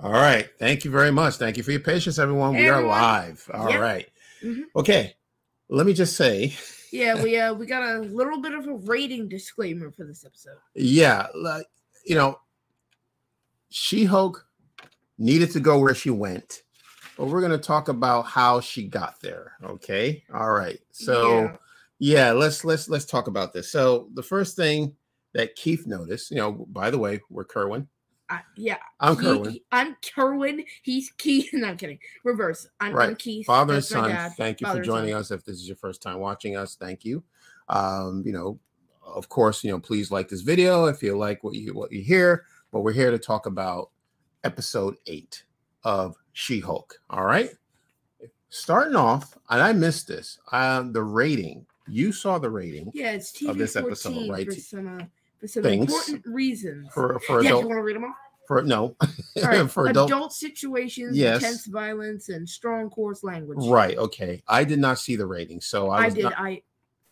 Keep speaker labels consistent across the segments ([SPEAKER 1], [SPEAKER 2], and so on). [SPEAKER 1] All right. Thank you very much. Thank you for your patience, everyone.
[SPEAKER 2] Hey,
[SPEAKER 1] we are
[SPEAKER 2] everyone.
[SPEAKER 1] live. All right.
[SPEAKER 2] Yep. Mhm.
[SPEAKER 1] Okay. Let me just say,
[SPEAKER 2] Yeah, we uh we got a little bit of a rating disclaimer for this episode.
[SPEAKER 1] yeah, like, you know, She Hulk needed to go where she went, but we're going to talk about how she got there. Okay. All right. So,
[SPEAKER 2] Yeah.
[SPEAKER 1] yeah let's let's let's talk about this so the first thing that keith noticed you know by the way we're kerwin
[SPEAKER 2] I, yeah,
[SPEAKER 1] i'm
[SPEAKER 2] he-
[SPEAKER 1] kerwin
[SPEAKER 2] he- I'm Kerwin. He's Keith. No, I'm kidding. Reverse. I'm, I'm
[SPEAKER 1] Right.
[SPEAKER 2] Keith.
[SPEAKER 1] father and
[SPEAKER 2] that's my
[SPEAKER 1] son
[SPEAKER 2] dad.
[SPEAKER 1] thank you
[SPEAKER 2] Father
[SPEAKER 1] for
[SPEAKER 2] and
[SPEAKER 1] joining
[SPEAKER 2] son.
[SPEAKER 1] us if this is your first time watching us thank you um you know of course you know please like this video if you like what you what you hear but we're here to talk about episode eight of she-hulk all right starting off and i missed this um the rating you saw the rating
[SPEAKER 2] Yeah, it's TV
[SPEAKER 1] of this episode,
[SPEAKER 2] 14
[SPEAKER 1] right?
[SPEAKER 2] for some uh, for some
[SPEAKER 1] Things.
[SPEAKER 2] important reasons.
[SPEAKER 1] for for
[SPEAKER 2] yeah, you
[SPEAKER 1] adult
[SPEAKER 2] want to read them all?
[SPEAKER 1] for no
[SPEAKER 2] All right.
[SPEAKER 1] for
[SPEAKER 2] adult,
[SPEAKER 1] adult
[SPEAKER 2] situations,
[SPEAKER 1] Yes.
[SPEAKER 2] intense violence, and strong coarse language.
[SPEAKER 1] Right. Okay. I did not see the rating, so I,
[SPEAKER 2] I,
[SPEAKER 1] was
[SPEAKER 2] did.
[SPEAKER 1] Not,
[SPEAKER 2] I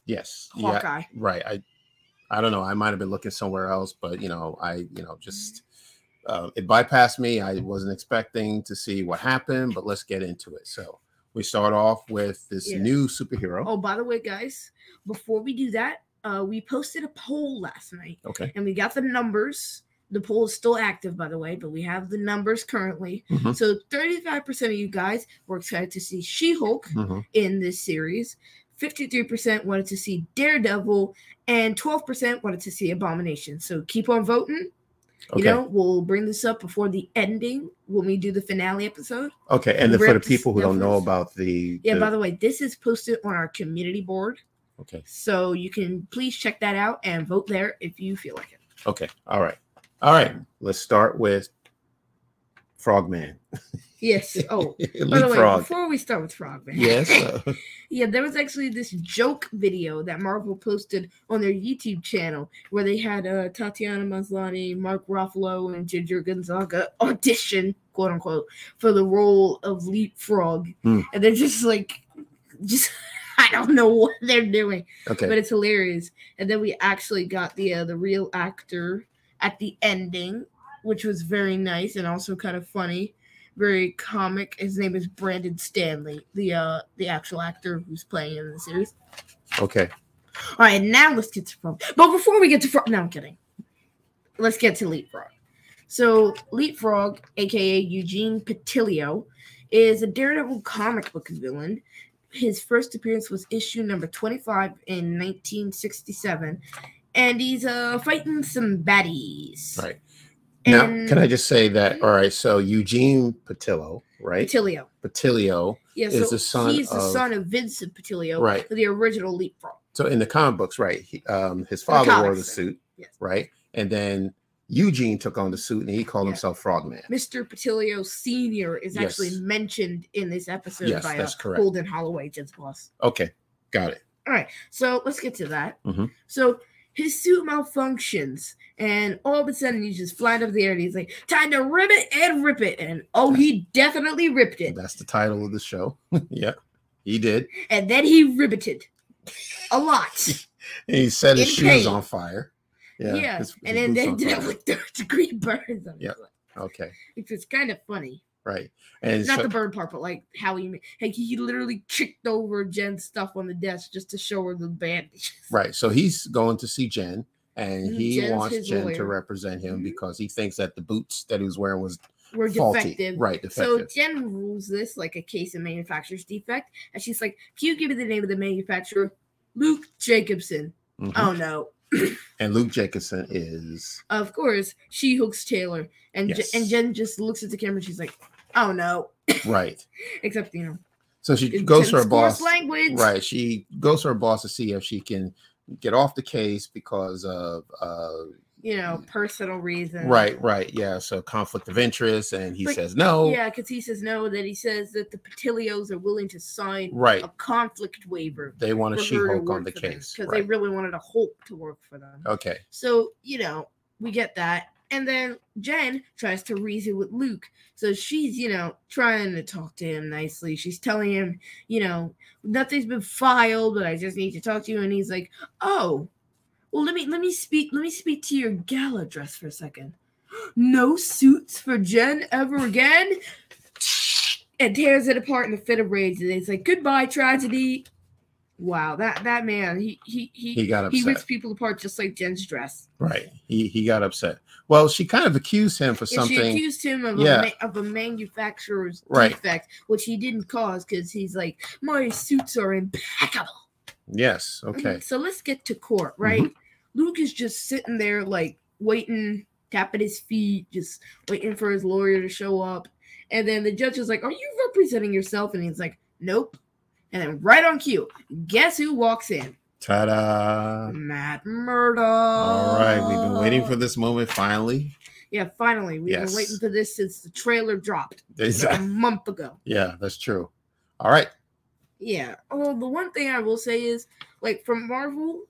[SPEAKER 1] yes. Yeah.
[SPEAKER 2] Hawkeye.
[SPEAKER 1] Right. I. I don't know. I might have been looking somewhere else, but you know, I you know just uh, it bypassed me. I wasn't expecting to see what happened, but let's get into it. So we start off with this
[SPEAKER 2] Yeah.
[SPEAKER 1] new superhero.
[SPEAKER 2] Oh, by the way, guys, before we do that, uh, we posted a poll last night.
[SPEAKER 1] Okay.
[SPEAKER 2] and we got the numbers. The poll is still active, by the way, but we have the numbers currently.
[SPEAKER 1] Mhm.
[SPEAKER 2] So 35% of you guys were excited to see She Hulk
[SPEAKER 1] Mhm.
[SPEAKER 2] in this series, 53% wanted to see Daredevil, and 12% wanted to see Abomination. So keep on voting.
[SPEAKER 1] Okay.
[SPEAKER 2] You know, we'll bring this up before the ending when we do the finale episode.
[SPEAKER 1] okay. And then
[SPEAKER 2] we're
[SPEAKER 1] for the
[SPEAKER 2] up to
[SPEAKER 1] people who don't know
[SPEAKER 2] snuffles.
[SPEAKER 1] about the
[SPEAKER 2] Yeah,
[SPEAKER 1] the-
[SPEAKER 2] by the way, this is posted on our community board.
[SPEAKER 1] okay.
[SPEAKER 2] So you can please check that out and vote there if you feel like it.
[SPEAKER 1] Okay. All right. All right. Let's start with Frogman.
[SPEAKER 2] Yes. Oh, By the way,
[SPEAKER 1] Leapfrog.
[SPEAKER 2] before we start with Frogman,
[SPEAKER 1] Yes. uh,
[SPEAKER 2] yeah, there was actually this joke video that Marvel posted on their YouTube channel where they had uh, Tatiana Maslany, Mark Ruffalo, and Ginger Gonzaga audition, quote unquote, for the role of Leapfrog,
[SPEAKER 1] Hmm.
[SPEAKER 2] and they're just like, just I don't know what they're doing,
[SPEAKER 1] okay.
[SPEAKER 2] but it's hilarious. And then we actually got the uh, the real actor at the ending, which was very nice and also kind of funny, very comic. His name is Brandon Stanley, the uh the actual actor who's playing in the series.
[SPEAKER 1] Okay.
[SPEAKER 2] All right, now let's get to Frog. But before we get to Frog, no, I'm kidding. Let's get to Leapfrog. So Leapfrog, aka Eugene Petilio, is a Daredevil comic book villain. His first appearance was issue number 25 in 1967, and he's uh fighting some baddies.
[SPEAKER 1] Right. Now, can
[SPEAKER 2] And- Mm-hmm.
[SPEAKER 1] I just say that? All right. So Eugene Patillo, right?
[SPEAKER 2] Petilio.
[SPEAKER 1] Patilio.
[SPEAKER 2] Yeah,
[SPEAKER 1] Is
[SPEAKER 2] so
[SPEAKER 1] the son
[SPEAKER 2] he's the
[SPEAKER 1] of-
[SPEAKER 2] son of Vincent Petilio,
[SPEAKER 1] Right.
[SPEAKER 2] the original Leapfrog.
[SPEAKER 1] So in the comic books, right? He, um, his father wore the
[SPEAKER 2] comics.
[SPEAKER 1] suit,
[SPEAKER 2] Yes.
[SPEAKER 1] right? And then Eugene took on the suit, and he called
[SPEAKER 2] Yeah.
[SPEAKER 1] himself Frogman.
[SPEAKER 2] Mr. Patilio Sr. is actually
[SPEAKER 1] Yes.
[SPEAKER 2] mentioned in this episode
[SPEAKER 1] Yes,
[SPEAKER 2] by
[SPEAKER 1] that's
[SPEAKER 2] uh,
[SPEAKER 1] correct.
[SPEAKER 2] Holden Holloway, Jen's boss.
[SPEAKER 1] Okay, got it.
[SPEAKER 2] All right, so let's get to that.
[SPEAKER 1] Mhm.
[SPEAKER 2] So his suit malfunctions, and all of a sudden he's just flying up the air and he's like, time to rip it and rip it. And oh, he definitely ripped it.
[SPEAKER 1] That's the title of the show. yeah, he did.
[SPEAKER 2] And then he ribbited a lot.
[SPEAKER 1] And he set his
[SPEAKER 2] In
[SPEAKER 1] shoes
[SPEAKER 2] pain.
[SPEAKER 1] on fire. Yeah,
[SPEAKER 2] Yeah.
[SPEAKER 1] his- his
[SPEAKER 2] and then
[SPEAKER 1] boots
[SPEAKER 2] they
[SPEAKER 1] on
[SPEAKER 2] did it
[SPEAKER 1] fire.
[SPEAKER 2] with third degree burns. on his
[SPEAKER 1] Yep.
[SPEAKER 2] leg,
[SPEAKER 1] Okay,
[SPEAKER 2] Which was kind of funny.
[SPEAKER 1] right. And
[SPEAKER 2] Not
[SPEAKER 1] so,
[SPEAKER 2] the burn part, but like how he ma- like he literally kicked over Jen's stuff on the desk just to show her the bandages.
[SPEAKER 1] Right. So he's going to see Jen and
[SPEAKER 2] Mhm,
[SPEAKER 1] he
[SPEAKER 2] Jen's
[SPEAKER 1] wants
[SPEAKER 2] his
[SPEAKER 1] Jen to
[SPEAKER 2] lawyer.
[SPEAKER 1] represent him
[SPEAKER 2] Mhm.
[SPEAKER 1] because he thinks that the boots that he was wearing was
[SPEAKER 2] We're
[SPEAKER 1] faulty.
[SPEAKER 2] defective.
[SPEAKER 1] Right,
[SPEAKER 2] So
[SPEAKER 1] defective.
[SPEAKER 2] Jen rules this like a case of manufacturer's defect, and she's like, "Can you give me the name of the manufacturer?" Luke Jacobson.
[SPEAKER 1] Mhm.
[SPEAKER 2] Oh no!
[SPEAKER 1] And Luke Jacobson is
[SPEAKER 2] Of course, she hooks Taylor, and Je-
[SPEAKER 1] Yes.
[SPEAKER 2] and Jen just looks at the camera. and She's like, "Oh no!"
[SPEAKER 1] right.
[SPEAKER 2] Except you know,
[SPEAKER 1] So she
[SPEAKER 2] intense
[SPEAKER 1] goes to her
[SPEAKER 2] coarse
[SPEAKER 1] boss.
[SPEAKER 2] Language.
[SPEAKER 1] Right. She goes to her boss to see if she can get off the case because of uh
[SPEAKER 2] You know, personal reasons.
[SPEAKER 1] right, Oh. right. Yeah. So conflict of interest and he
[SPEAKER 2] But-
[SPEAKER 1] says no.
[SPEAKER 2] Yeah, because he says no. That he says that the Patilios are willing to sign
[SPEAKER 1] Right.
[SPEAKER 2] a conflict waiver.
[SPEAKER 1] They want a
[SPEAKER 2] for
[SPEAKER 1] she
[SPEAKER 2] her to
[SPEAKER 1] hulk on
[SPEAKER 2] work
[SPEAKER 1] the
[SPEAKER 2] for them,
[SPEAKER 1] case.
[SPEAKER 2] because
[SPEAKER 1] Right.
[SPEAKER 2] they really wanted a Hulk to work for them.
[SPEAKER 1] okay.
[SPEAKER 2] So, you know, we get that. And then Jen tries to reason with Luke. So she's, you know, trying to talk to him nicely. She's telling him, you know, nothing's been filed, but I just need to talk to you. And he's like, Oh, well, let me let me speak let me speak to your gala dress for a second. no suits for Jen ever again, and tears it apart in a fit of rage. And it's like, goodbye, tragedy. Wow, that that man, he he he
[SPEAKER 1] He got
[SPEAKER 2] he rips
[SPEAKER 1] upset.
[SPEAKER 2] people apart just like Jen's dress.
[SPEAKER 1] Right. He he got upset. Well, she kind of accused him for
[SPEAKER 2] And she
[SPEAKER 1] something.
[SPEAKER 2] accused him of,
[SPEAKER 1] Yeah.
[SPEAKER 2] a, ma- of a manufacturer's
[SPEAKER 1] Right.
[SPEAKER 2] defect, which he didn't cause because he's like, my suits are impeccable.
[SPEAKER 1] yes. Okay. Mm-hmm.
[SPEAKER 2] Mhm, So let's get to court, right? Luke is just sitting there, like waiting, tapping his feet, just waiting for his lawyer to show up. And then the judge is like, Are you representing yourself? And he's like, Nope. And then right on cue, guess who walks in?
[SPEAKER 1] Ta-da.
[SPEAKER 2] Matt Murdock.
[SPEAKER 1] All right. We've been waiting
[SPEAKER 2] Oh.
[SPEAKER 1] for this moment finally.
[SPEAKER 2] Yeah, finally. We've
[SPEAKER 1] Yes.
[SPEAKER 2] been waiting for this since the trailer dropped like a
[SPEAKER 1] Exactly.
[SPEAKER 2] month ago.
[SPEAKER 1] Yeah, that's true. All right.
[SPEAKER 2] Yeah. Well, the one thing I will say is, like, from Marvel,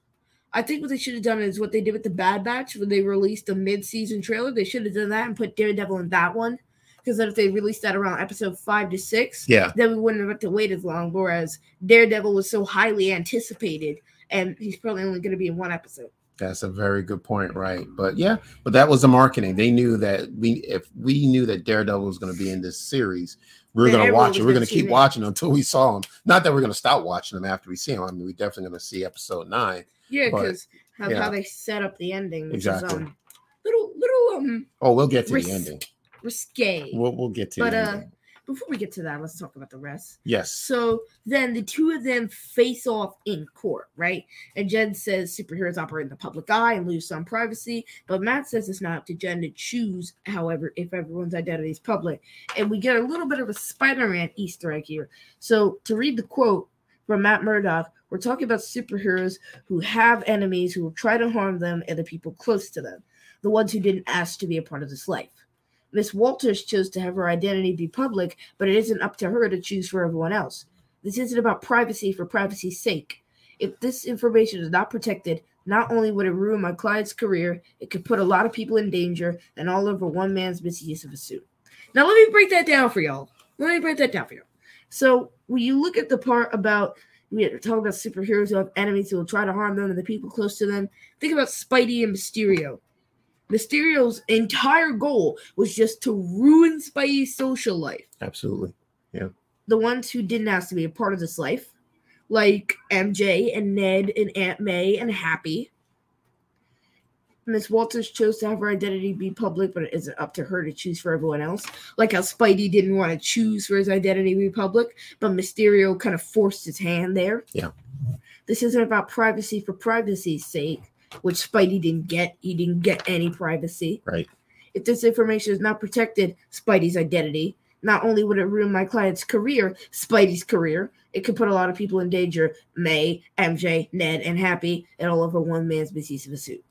[SPEAKER 2] I think what they should have done is what they did with the Bad Batch when they released a mid-season trailer. They should have done that and put Daredevil in that one, because then if they released that around episode five to six,
[SPEAKER 1] Yeah.
[SPEAKER 2] then we wouldn't have had to wait as long. Whereas Daredevil was so highly anticipated, and he's probably only going to be in one episode.
[SPEAKER 1] That's a very good point, right? But yeah, but that was the marketing. They knew that we, if we knew that Daredevil was going to be in this series, we were
[SPEAKER 2] Then
[SPEAKER 1] going to
[SPEAKER 2] everyone
[SPEAKER 1] watch
[SPEAKER 2] was
[SPEAKER 1] it. We are
[SPEAKER 2] gonna
[SPEAKER 1] going to keep
[SPEAKER 2] tune in.
[SPEAKER 1] watching until we saw him. Not that we're going to stop watching him after we see him. I mean, we're definitely going to see episode nine.
[SPEAKER 2] Yeah,
[SPEAKER 1] But,
[SPEAKER 2] because of
[SPEAKER 1] yeah.
[SPEAKER 2] how they set up the ending, which is
[SPEAKER 1] Exactly.
[SPEAKER 2] um, little little um
[SPEAKER 1] Oh, we'll get to
[SPEAKER 2] Risk.
[SPEAKER 1] the ending.
[SPEAKER 2] risque.
[SPEAKER 1] We'll we'll get to
[SPEAKER 2] But,
[SPEAKER 1] the
[SPEAKER 2] uh,
[SPEAKER 1] ending.
[SPEAKER 2] Before we get to that, let's talk about the rest.
[SPEAKER 1] Yes.
[SPEAKER 2] So then the two of them face off in court, right? And Jen says superheroes operate in the public eye and lose some privacy, but Matt says it's not up to Jen to choose, however, if everyone's identity is public. And we get a little bit of a Spider Man Easter egg here. So to read the quote from Matt Murdock, we're talking about superheroes who have enemies who will try to harm them and the people close to them, the ones who didn't ask to be a part of this life. Miss Walters chose to have her identity be public, but it isn't up to her to choose for everyone else. This isn't about privacy for privacy's sake. If this information is not protected, not only would it ruin my client's career, it could put a lot of people in danger and all over one man's misuse of a suit. Now, let me break that down for y'all. Let me break that down for y'all. So, when you look at the part about we are talking about superheroes who have enemies who will try to harm them and the people close to them, think about Spidey and Mysterio. Mysterio's entire goal was just to ruin Spidey's social life
[SPEAKER 1] Absolutely.
[SPEAKER 2] the ones who didn't ask to be a part of this life, like MJ and Ned and Aunt May and Happy. Miss Walters chose to have her identity be public, but it isn't up to her to choose for everyone else. Like how Spidey didn't want to choose for his identity to be public, but Mysterio kind of forced his hand there.
[SPEAKER 1] Yeah.
[SPEAKER 2] This isn't about privacy for privacy's sake, which Spidey didn't get. He didn't get any privacy.
[SPEAKER 1] Right.
[SPEAKER 2] If this information is not protected, Spidey's identity, not only would it ruin my client's career, Spidey's career, it could put a lot of people in danger. May, MJ, Ned, and Happy, and all over one man's misuse of a suit.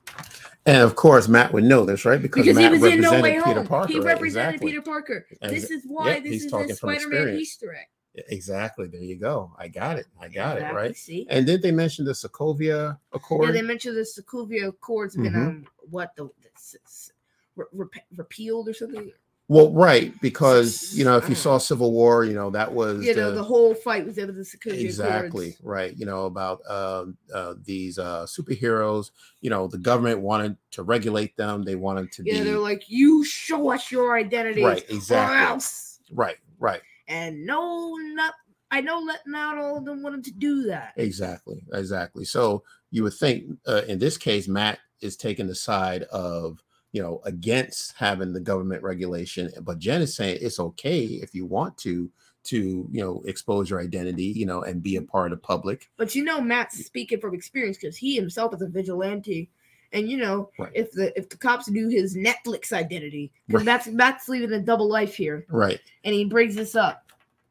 [SPEAKER 1] And of course, Matt would know this, right? Because,
[SPEAKER 2] Because
[SPEAKER 1] Matt
[SPEAKER 2] he was in No
[SPEAKER 1] represented
[SPEAKER 2] Way
[SPEAKER 1] Peter
[SPEAKER 2] Home.
[SPEAKER 1] Parker.
[SPEAKER 2] he
[SPEAKER 1] right?
[SPEAKER 2] represented
[SPEAKER 1] Exactly.
[SPEAKER 2] Peter Parker.
[SPEAKER 1] Ex-
[SPEAKER 2] This is why
[SPEAKER 1] yeah, he's
[SPEAKER 2] this is
[SPEAKER 1] talking
[SPEAKER 2] a
[SPEAKER 1] from
[SPEAKER 2] Spider Man
[SPEAKER 1] experience.
[SPEAKER 2] Easter egg.
[SPEAKER 1] Exactly. There you go. I got it. I got it.
[SPEAKER 2] Exactly,
[SPEAKER 1] Right.
[SPEAKER 2] See?
[SPEAKER 1] And did they mention the Sokovia
[SPEAKER 2] Yeah,
[SPEAKER 1] Accord?
[SPEAKER 2] they mentioned the Sokovia Accords have been,
[SPEAKER 1] Mhm.
[SPEAKER 2] um, what, the, s- s- re- rep- repealed or something?
[SPEAKER 1] well, right, because you know, if you
[SPEAKER 2] Ah.
[SPEAKER 1] saw Civil War, you know that was
[SPEAKER 2] You know, the whole fight was over the Sokovia
[SPEAKER 1] exactly
[SPEAKER 2] Accords.
[SPEAKER 1] right. You know about um uh, these uh, superheroes. You know, the government wanted to regulate them. They wanted to be
[SPEAKER 2] Yeah, they're like, you show us your identity.
[SPEAKER 1] right.
[SPEAKER 2] or
[SPEAKER 1] Exactly.
[SPEAKER 2] else.
[SPEAKER 1] Right. Right.
[SPEAKER 2] And no, not I know let not all of them wanted to do that.
[SPEAKER 1] Exactly, exactly. So you would think uh, in this case, Matt is taking the side of you know against having the government regulation, but Jen is saying it's okay if you want to to you know expose your identity, you know, and be a part of the public.
[SPEAKER 2] But you know, Matt's speaking from experience because he himself is a vigilante. And you know,
[SPEAKER 1] Right.
[SPEAKER 2] if the if the cops knew his Netflix identity,
[SPEAKER 1] Right.
[SPEAKER 2] because that's Matt's living a double life here,
[SPEAKER 1] Right?
[SPEAKER 2] and he brings this up.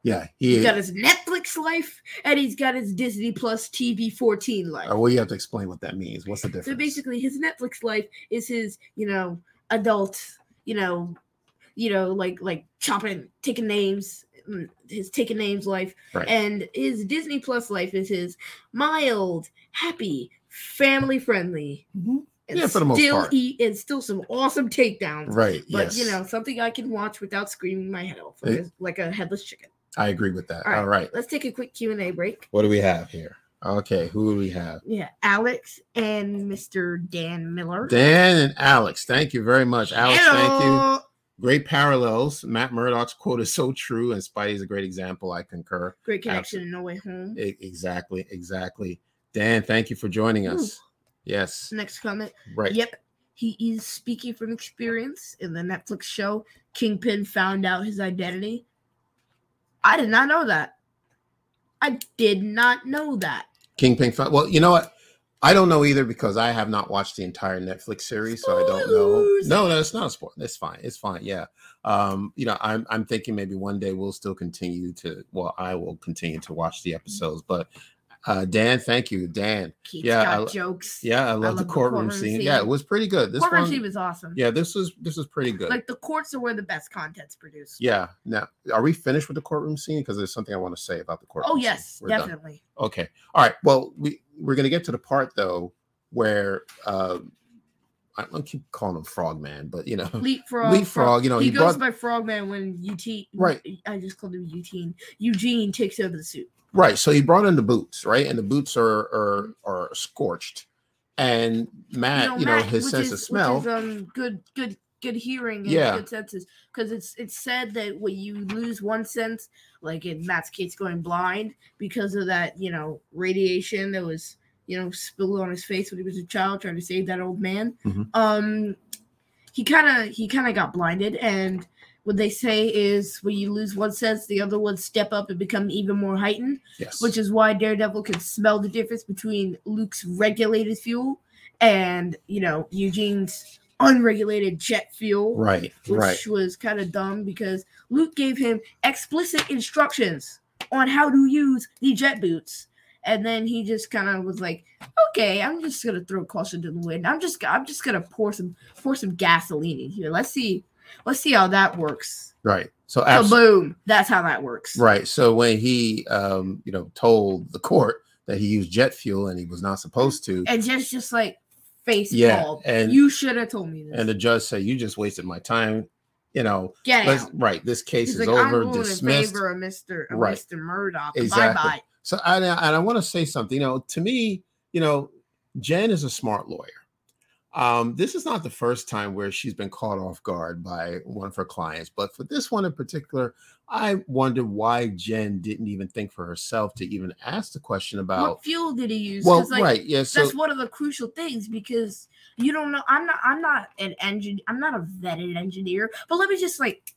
[SPEAKER 1] Yeah,
[SPEAKER 2] He's
[SPEAKER 1] he.
[SPEAKER 2] got his Netflix life, and he's got his Disney Plus TV fourteen life.
[SPEAKER 1] uh, well, you have to explain what that means. What's the difference?
[SPEAKER 2] So basically, his Netflix life is his, you know, adult, you know, you know, like like chopping, taking names, mm, his taking names life,
[SPEAKER 1] Right.
[SPEAKER 2] and his Disney Plus life is his mild, happy, family friendly, and
[SPEAKER 1] Mm-hmm. Yeah, for the most
[SPEAKER 2] still
[SPEAKER 1] part.
[SPEAKER 2] eat and still some awesome takedowns.
[SPEAKER 1] right.
[SPEAKER 2] But
[SPEAKER 1] yes,
[SPEAKER 2] you know, something I can watch without screaming my head off, like,
[SPEAKER 1] Eh.
[SPEAKER 2] a, like a headless chicken.
[SPEAKER 1] I agree with that.
[SPEAKER 2] All right.
[SPEAKER 1] All right.
[SPEAKER 2] Let's take a quick Q and A break.
[SPEAKER 1] What do we have here? Okay, who do we have?
[SPEAKER 2] Yeah, Alex and Mr. Dan Miller.
[SPEAKER 1] Dan and Alex. Thank you very much, Alex. Thank you.
[SPEAKER 2] Hello.
[SPEAKER 1] Great parallels. Matt Murdock's quote is so true, and Spidey's a great example. I concur.
[SPEAKER 2] Great connection and no way home.
[SPEAKER 1] E- exactly, exactly. Dan, thank you for joining us. Yes,
[SPEAKER 2] Next comment.
[SPEAKER 1] right.
[SPEAKER 2] Yep. He is speaking from experience in the Netflix show. Kingpin found out his identity. I did not know that. I did not know that.
[SPEAKER 1] Kingpin. Fa- Well, you know what? I don't know either because I have not watched the entire Netflix series, so I don't know.
[SPEAKER 2] Spoilers.
[SPEAKER 1] No, no, it's not a sport. It's fine. It's fine. Yeah. Um, you know, I'm I'm thinking maybe one day we'll still continue to. Well, I will continue to watch the episodes. But uh, Dan, thank you, Dan.
[SPEAKER 2] Keith's
[SPEAKER 1] Yeah, I
[SPEAKER 2] got
[SPEAKER 1] lo-
[SPEAKER 2] jokes.
[SPEAKER 1] Yeah, I love, the, courtroom scene. Yeah, it was pretty good. This
[SPEAKER 2] Courtroom
[SPEAKER 1] one.
[SPEAKER 2] scene was awesome.
[SPEAKER 1] yeah, this was this was pretty good.
[SPEAKER 2] Like the courts are where the best content's produced.
[SPEAKER 1] yeah. Now, are we finished with the courtroom scene? Because there's something I want to say about the courtroom.
[SPEAKER 2] Oh
[SPEAKER 1] scene.
[SPEAKER 2] yes,
[SPEAKER 1] We're done.
[SPEAKER 2] definitely.
[SPEAKER 1] Okay. All right. Well, we we're gonna get to the part though where uh, I don't keep calling him Frogman, but you know, Mm.
[SPEAKER 2] Leapfrog.
[SPEAKER 1] Leapfrog, you know,
[SPEAKER 2] he,
[SPEAKER 1] he
[SPEAKER 2] goes
[SPEAKER 1] brought-
[SPEAKER 2] by Frogman when UT.
[SPEAKER 1] Right.
[SPEAKER 2] I just called him Eugene. Eugene takes over the suit.
[SPEAKER 1] right. So he brought in the boots, right? And the boots are are are scorched, and Matt, you know,
[SPEAKER 2] Matt,
[SPEAKER 1] his
[SPEAKER 2] which
[SPEAKER 1] sense
[SPEAKER 2] is-
[SPEAKER 1] of smell.
[SPEAKER 2] Which is, um, good, good, good hearing. And
[SPEAKER 1] Yeah.
[SPEAKER 2] Good senses, because it's it's said that when you lose one sense, like in Matt's case, going blind because of that, you know, radiation that was you know spilled on his face when he was a child trying to save that old man.
[SPEAKER 1] Mhm.
[SPEAKER 2] Um, he kind of he kind of got blinded and. What they say is when you lose one sense, the other ones step up and become even more heightened
[SPEAKER 1] yes.
[SPEAKER 2] which is why Daredevil can smell the difference between Luke's regulated fuel and you know Eugene's unregulated jet fuel,
[SPEAKER 1] right.
[SPEAKER 2] which
[SPEAKER 1] Right.
[SPEAKER 2] was kind of dumb because Luke gave him explicit instructions on how to use the jet boots. And then he just kind of was like, "Okay, I'm just gonna throw caution to the wind. I'm just, I'm just gonna pour some, pour some gasoline in here. Let's see, let's see how that works.
[SPEAKER 1] Right. So
[SPEAKER 2] So
[SPEAKER 1] absolutely.
[SPEAKER 2] boom, that's how that works.
[SPEAKER 1] Right. So when he, um, you know, told the court that he used jet fuel and he was not supposed to,
[SPEAKER 2] and just just like face
[SPEAKER 1] Yeah,
[SPEAKER 2] palm.
[SPEAKER 1] and-
[SPEAKER 2] you should have told me this.
[SPEAKER 1] and the judge said, "You just wasted my time," you know,
[SPEAKER 2] Get
[SPEAKER 1] let's,
[SPEAKER 2] out.
[SPEAKER 1] right? This case
[SPEAKER 2] He's
[SPEAKER 1] is
[SPEAKER 2] like, I'm
[SPEAKER 1] over,
[SPEAKER 2] ruling in
[SPEAKER 1] dismissed.
[SPEAKER 2] favor of Mr. of
[SPEAKER 1] Right.
[SPEAKER 2] Mr. Murdoch.
[SPEAKER 1] Exactly.
[SPEAKER 2] Bye bye.
[SPEAKER 1] So I and I want to say something. You know, to me, you know, Jen is a smart lawyer. Um, this is not the first time where she's been caught off guard by one of her clients, but for this one in particular, I wonder why Jen didn't even think for herself to even ask the question about.
[SPEAKER 2] What fuel did he use?
[SPEAKER 1] Well,
[SPEAKER 2] 'Cause, like,
[SPEAKER 1] right, yeah. So
[SPEAKER 2] that's one of the crucial things because you don't know. I'm not. I'm not an engine. I'm not a vetted engineer. But let me just like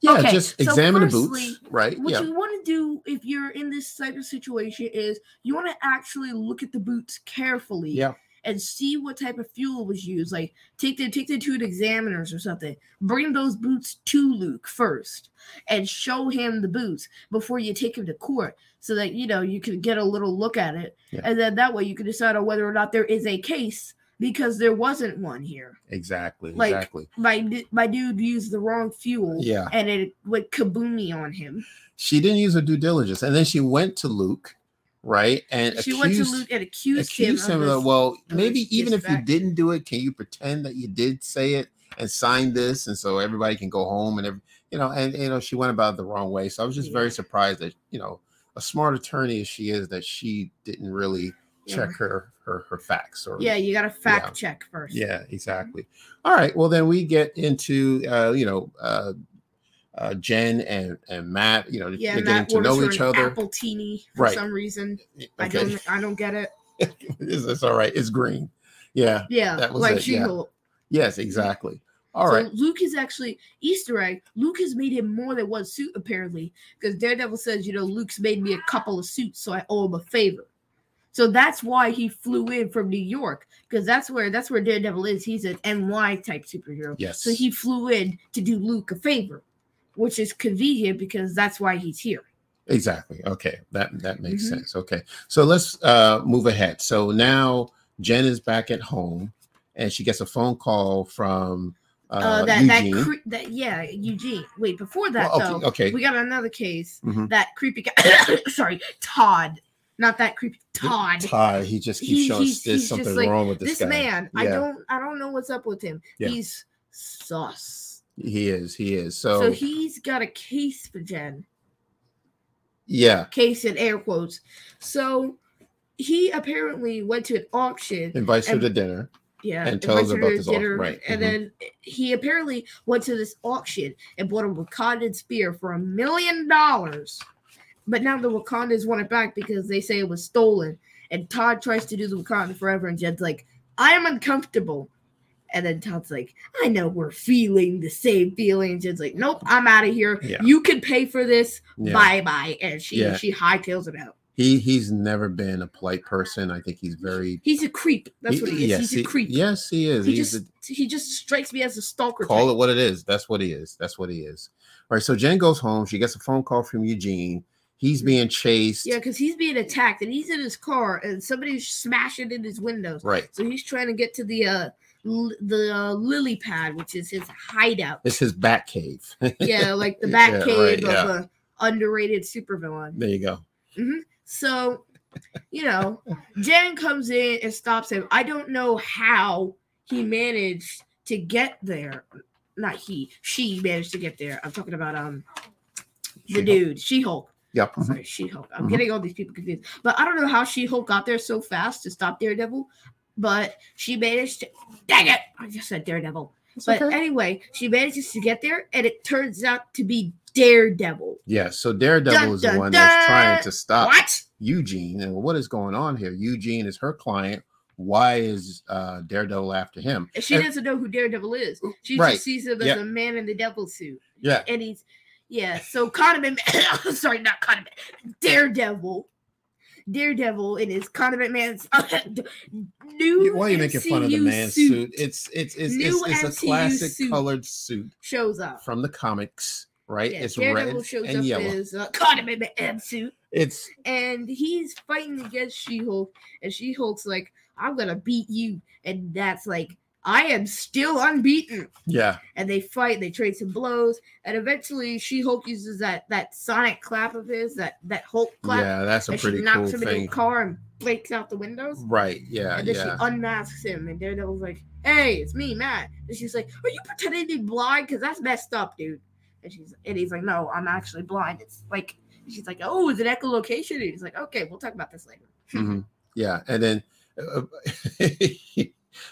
[SPEAKER 1] Yeah,
[SPEAKER 2] Okay,
[SPEAKER 1] just
[SPEAKER 2] so
[SPEAKER 1] examine the
[SPEAKER 2] firstly,
[SPEAKER 1] boots, right?
[SPEAKER 2] What
[SPEAKER 1] yeah,
[SPEAKER 2] you want to do if you're in this type of situation is you want to actually look at the boots carefully
[SPEAKER 1] Yeah.
[SPEAKER 2] and see what type of fuel was used. Like take the take the two examiners or something. Bring those boots to Luke first and show him the boots before you take him to court so that you know you can get a little look at it.
[SPEAKER 1] Yeah.
[SPEAKER 2] And then that way you can decide on whether or not there is a case because there wasn't one here.
[SPEAKER 1] exactly,
[SPEAKER 2] like-
[SPEAKER 1] exactly.
[SPEAKER 2] My d- my dude used the wrong fuel
[SPEAKER 1] Yeah,
[SPEAKER 2] and it went kaboomy on him.
[SPEAKER 1] she didn't use her due diligence, and then she went to Luke, right? And
[SPEAKER 2] she went to
[SPEAKER 1] accused,
[SPEAKER 2] Luke and accused,
[SPEAKER 1] accused him.
[SPEAKER 2] him,
[SPEAKER 1] of,
[SPEAKER 2] of, this-
[SPEAKER 1] well,
[SPEAKER 2] of
[SPEAKER 1] maybe
[SPEAKER 2] this
[SPEAKER 1] even if you
[SPEAKER 2] distraction.
[SPEAKER 1] didn't do it, can you pretend that you did say it and sign this, and so everybody can go home and every, you know, and you know, she went about it the wrong way. So I was just very
[SPEAKER 2] Yeah.
[SPEAKER 1] surprised that you know, a smart attorney as she is, that she didn't really
[SPEAKER 2] Yeah.
[SPEAKER 1] check her her her facts or
[SPEAKER 2] Yeah, you got to fact
[SPEAKER 1] Yeah.
[SPEAKER 2] check first.
[SPEAKER 1] Yeah, exactly. All right. Well, then we get into uh, you know uh, uh, Jen and and Matt. You know,
[SPEAKER 2] yeah.
[SPEAKER 1] they're
[SPEAKER 2] and
[SPEAKER 1] getting
[SPEAKER 2] that
[SPEAKER 1] to know
[SPEAKER 2] orders
[SPEAKER 1] each
[SPEAKER 2] her an
[SPEAKER 1] other.
[SPEAKER 2] Apple teeny for
[SPEAKER 1] Right.
[SPEAKER 2] some reason. I
[SPEAKER 1] Okay,
[SPEAKER 2] don't. I don't get it.
[SPEAKER 1] it's, it's all right. It's green. Yeah.
[SPEAKER 2] Yeah,
[SPEAKER 1] That was
[SPEAKER 2] like
[SPEAKER 1] it,
[SPEAKER 2] she.
[SPEAKER 1] yeah.
[SPEAKER 2] Hulk.
[SPEAKER 1] Yes. Exactly. All
[SPEAKER 2] Mm-hmm. so
[SPEAKER 1] right.
[SPEAKER 2] Luke is actually Easter egg. Luke has made him more than one suit apparently, because Daredevil says, you know, Luke's made me a couple of suits, so I owe him a favor. So that's why he flew in from New York, because that's where that's where Daredevil is. He's an NY type superhero.
[SPEAKER 1] Yes.
[SPEAKER 2] So he flew in to do Luke a favor, which is convenient because that's why he's here.
[SPEAKER 1] Exactly. Okay. That that makes
[SPEAKER 2] Mhm.
[SPEAKER 1] sense. Okay. So let's uh move ahead. So now Jen is back at home, and she gets a phone call from uh,
[SPEAKER 2] Uh, that
[SPEAKER 1] Eugene.
[SPEAKER 2] that cre- that yeah, Eugene. Wait, before that
[SPEAKER 1] Well,
[SPEAKER 2] though,
[SPEAKER 1] okay. okay.
[SPEAKER 2] we got another case.
[SPEAKER 1] Mhm.
[SPEAKER 2] That creepy guy. sorry, Todd. Not that creepy. Todd.
[SPEAKER 1] Todd, he just keeps
[SPEAKER 2] He-
[SPEAKER 1] showing us
[SPEAKER 2] he's-
[SPEAKER 1] there's
[SPEAKER 2] he's just
[SPEAKER 1] something
[SPEAKER 2] like,
[SPEAKER 1] wrong with this,
[SPEAKER 2] This,
[SPEAKER 1] guy.
[SPEAKER 2] man, I
[SPEAKER 1] Yeah.
[SPEAKER 2] don't, I don't know what's up with him.
[SPEAKER 1] Yeah.
[SPEAKER 2] He's sus.
[SPEAKER 1] He is. He is.
[SPEAKER 2] So,
[SPEAKER 1] So,
[SPEAKER 2] he's got a case for Jen.
[SPEAKER 1] yeah,
[SPEAKER 2] Case in air quotes. So he apparently went to an auction.
[SPEAKER 1] Invites her
[SPEAKER 2] And-
[SPEAKER 1] to dinner.
[SPEAKER 2] Yeah,
[SPEAKER 1] And tells
[SPEAKER 2] invited
[SPEAKER 1] about
[SPEAKER 2] her to
[SPEAKER 1] this auction,
[SPEAKER 2] dinner,
[SPEAKER 1] right,
[SPEAKER 2] And
[SPEAKER 1] mhm.
[SPEAKER 2] then he apparently went to this auction and bought a Wakandan spear for a million dollars. But now the Wakandans want it back because they say it was stolen. And Todd tries to do the Wakandan forever, and Jed's like, I am uncomfortable. And then Todd's like, I know we're feeling the same feeling. And Jed's like, Nope, I'm out of here.
[SPEAKER 1] Yeah.
[SPEAKER 2] You can pay for this.
[SPEAKER 1] Yeah.
[SPEAKER 2] Bye bye. And she
[SPEAKER 1] Yeah.
[SPEAKER 2] she hightails it out.
[SPEAKER 1] He he's never been a polite person. I think he's very.
[SPEAKER 2] He's a creep. That's
[SPEAKER 1] he-
[SPEAKER 2] what he is.
[SPEAKER 1] Yes,
[SPEAKER 2] He's
[SPEAKER 1] he,
[SPEAKER 2] a creep.
[SPEAKER 1] Yes, he is.
[SPEAKER 2] He
[SPEAKER 1] he's
[SPEAKER 2] just he just strikes me as a stalker.
[SPEAKER 1] a, call
[SPEAKER 2] type.
[SPEAKER 1] it what it is. That's what he is. That's what he is. All right. So Jen goes home. She gets a phone call from Eugene. He's being chased.
[SPEAKER 2] Mm-hmm. Yeah, because he's being attacked and he's in his car and somebody's smashing in his windows.
[SPEAKER 1] Right.
[SPEAKER 2] So he's trying to get to the uh l- the uh, lily pad, which is his hideout.
[SPEAKER 1] It's his bat cave.
[SPEAKER 2] yeah, like the back
[SPEAKER 1] Yeah,
[SPEAKER 2] cave
[SPEAKER 1] right,
[SPEAKER 2] of a underrated supervillain.
[SPEAKER 1] there you go.
[SPEAKER 2] So, you know, Jen comes in and stops him. I don't know how he managed to get there. Not he, she managed to get there. I'm talking about um the
[SPEAKER 1] She-Hulk.
[SPEAKER 2] dude, She Hulk.
[SPEAKER 1] Yep.
[SPEAKER 2] I'm sorry, She Hulk. I'm
[SPEAKER 1] Mhm.
[SPEAKER 2] getting all these people confused. But I don't know how She Hulk got there so fast to stop Daredevil, but she managed to. Dang it! I just said Daredevil. but anyway, she manages to get there, and it turns out to be Daredevil.
[SPEAKER 1] Yeah. So Daredevil
[SPEAKER 2] Dun,
[SPEAKER 1] is the
[SPEAKER 2] dun,
[SPEAKER 1] one that's trying
[SPEAKER 2] dun.
[SPEAKER 1] to stop
[SPEAKER 2] what?
[SPEAKER 1] Eugene. And what is going on here? Eugene is her client. Why is uh, Daredevil after him?
[SPEAKER 2] And she
[SPEAKER 1] and-
[SPEAKER 2] doesn't know who Daredevil is. She
[SPEAKER 1] uh, Right.
[SPEAKER 2] just sees him as
[SPEAKER 1] Yeah.
[SPEAKER 2] a man in the devil suit,
[SPEAKER 1] Yeah.
[SPEAKER 2] and he's yeah. So Condiment, sorry, not Condiment, Daredevil. Daredevil in his Condiment Man's new.
[SPEAKER 1] Why are you making fun of the
[SPEAKER 2] MCU
[SPEAKER 1] man's suit? It's it's it's
[SPEAKER 2] New
[SPEAKER 1] it's, it's a
[SPEAKER 2] MCU
[SPEAKER 1] classic
[SPEAKER 2] suit.
[SPEAKER 1] colored suit
[SPEAKER 2] shows up.
[SPEAKER 1] from the comics, right?
[SPEAKER 2] Yeah,
[SPEAKER 1] it's
[SPEAKER 2] Daredevil
[SPEAKER 1] red
[SPEAKER 2] shows
[SPEAKER 1] and
[SPEAKER 2] up
[SPEAKER 1] yellow.
[SPEAKER 2] as uh, Condiment Man suit,
[SPEAKER 1] It's
[SPEAKER 2] and he's fighting against She-Hulk, and She-Hulk's like, "I'm gonna beat you," and that's like, "I am still unbeaten."
[SPEAKER 1] yeah,
[SPEAKER 2] And they fight, they trade some blows, and eventually She-Hulk uses that that Sonic clap of his, that that Hulk clap,
[SPEAKER 1] yeah. That's a
[SPEAKER 2] and she
[SPEAKER 1] pretty
[SPEAKER 2] knocks
[SPEAKER 1] cool
[SPEAKER 2] him into a
[SPEAKER 1] thing,
[SPEAKER 2] car and breaks out the windows.
[SPEAKER 1] right? Yeah,
[SPEAKER 2] And then
[SPEAKER 1] Uh, yeah.
[SPEAKER 2] she unmasks him, and Daredevil's like, "Hey, it's me, Matt." And she's like, "Are you pretending to be blind? Because that's messed up, dude." And she's and he's like, "No, I'm actually blind." It's like she's like, "Oh, is it echolocation?" And he's like, "Okay, we'll talk about this later."
[SPEAKER 1] Mhm. Yeah, and then, uh,